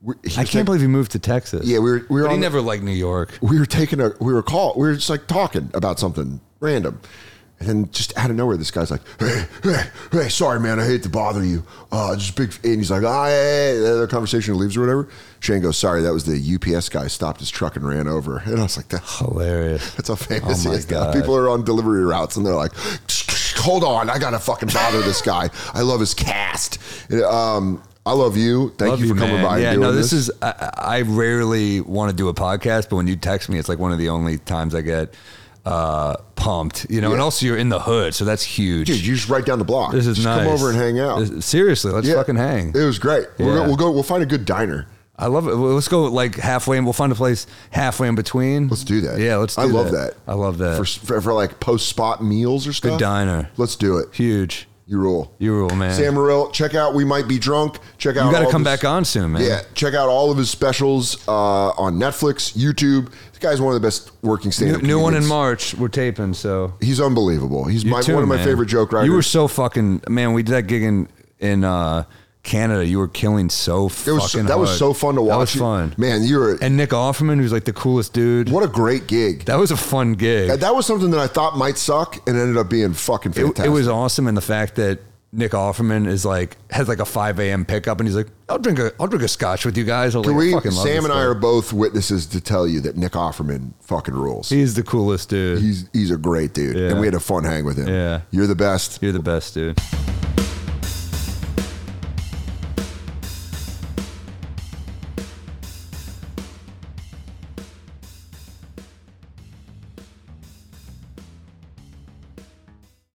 A: We, he
B: I
A: was
B: can't believe he moved to Texas.
A: Yeah, we were- we were
B: But he
A: on the-
B: never liked New York.
A: we were taking a we were call we were just like talking about something random And then just out of nowhere, this guy's like, "Hey, hey, hey, sorry, man, I hate to bother you. Uh, just big." And he's like, "Ah, hey, hey," their conversation leaves or whatever." Shane goes, "Sorry, that was the UPS guy stopped his truck and ran over." And I was like, "That's
B: Hilarious.
A: that's how famous
B: Oh
A: he
B: my
A: is now.
B: God.
A: People are on delivery routes and they're like, hold on, I gotta fucking bother this guy. I love his cast. Um, I love you. Thank
B: Love
A: you for coming
B: man.
A: by
B: Yeah,
A: and doing
B: no,
A: this.
B: this, is. I, I rarely want to do a podcast, but when you text me, it's like one of the only times I get uh, pumped. You know, and
A: Yeah.
B: also you're in the hood, so that's huge.
A: Dude, you're just right down the block.
B: this is
A: just
B: nice.
A: Come over and hang out.
B: This- seriously, let's
A: Yeah.
B: fucking hang.
A: It was great. We're
B: Yeah.
A: go, we'll go. We'll find a good diner.
B: I love it. Well, let's go like halfway, and we'll find a place halfway in between.
A: Let's do that.
B: Yeah, let's. Do
A: I love that.
B: I love that.
A: For, for, for like post spot meals or stuff.
B: diner.
A: Let's do it.
B: huge.
A: You rule.
B: You rule, man.
A: Sam Morril, check out. We might be drunk. Check out.
B: you got to
A: all
B: come
A: this-
B: back on soon, man.
A: Yeah, check out all of his specials uh, on Netflix, YouTube. This guy's one of the best working
B: New,
A: stand-up.
B: new one in
A: comedians.
B: March. We're taping, so
A: He's unbelievable. He's
B: You
A: my,
B: too,
A: one of my
B: man.
A: favorite joke writers.
B: You were so fucking man. We did that gig in in uh, Canada. You were killing so
A: it
B: fucking.
A: was so- that was
B: hard.
A: so fun to watch.
B: That was
A: you-
B: fun.
A: man. You were
B: And Nick Offerman, who's like the coolest dude.
A: what a great gig.
B: That was a fun gig.
A: That, was something that I thought might suck and ended up being fucking
B: it,
A: fantastic.
B: it was awesome, and the fact that Nick Offerman is like has like a five a.m. pickup, and he's like, "I'll drink a I'll drink a scotch with you guys." I'm
A: Can
B: like,
A: we,
B: I fucking love
A: Sam
B: this
A: and I
B: guy.
A: are both witnesses to tell you that Nick Offerman fucking rules.
B: He's the coolest dude.
A: he's he's a great dude,
B: Yeah.
A: and we had a fun hang with him.
B: Yeah.
A: You're the best.
B: You're the best, dude.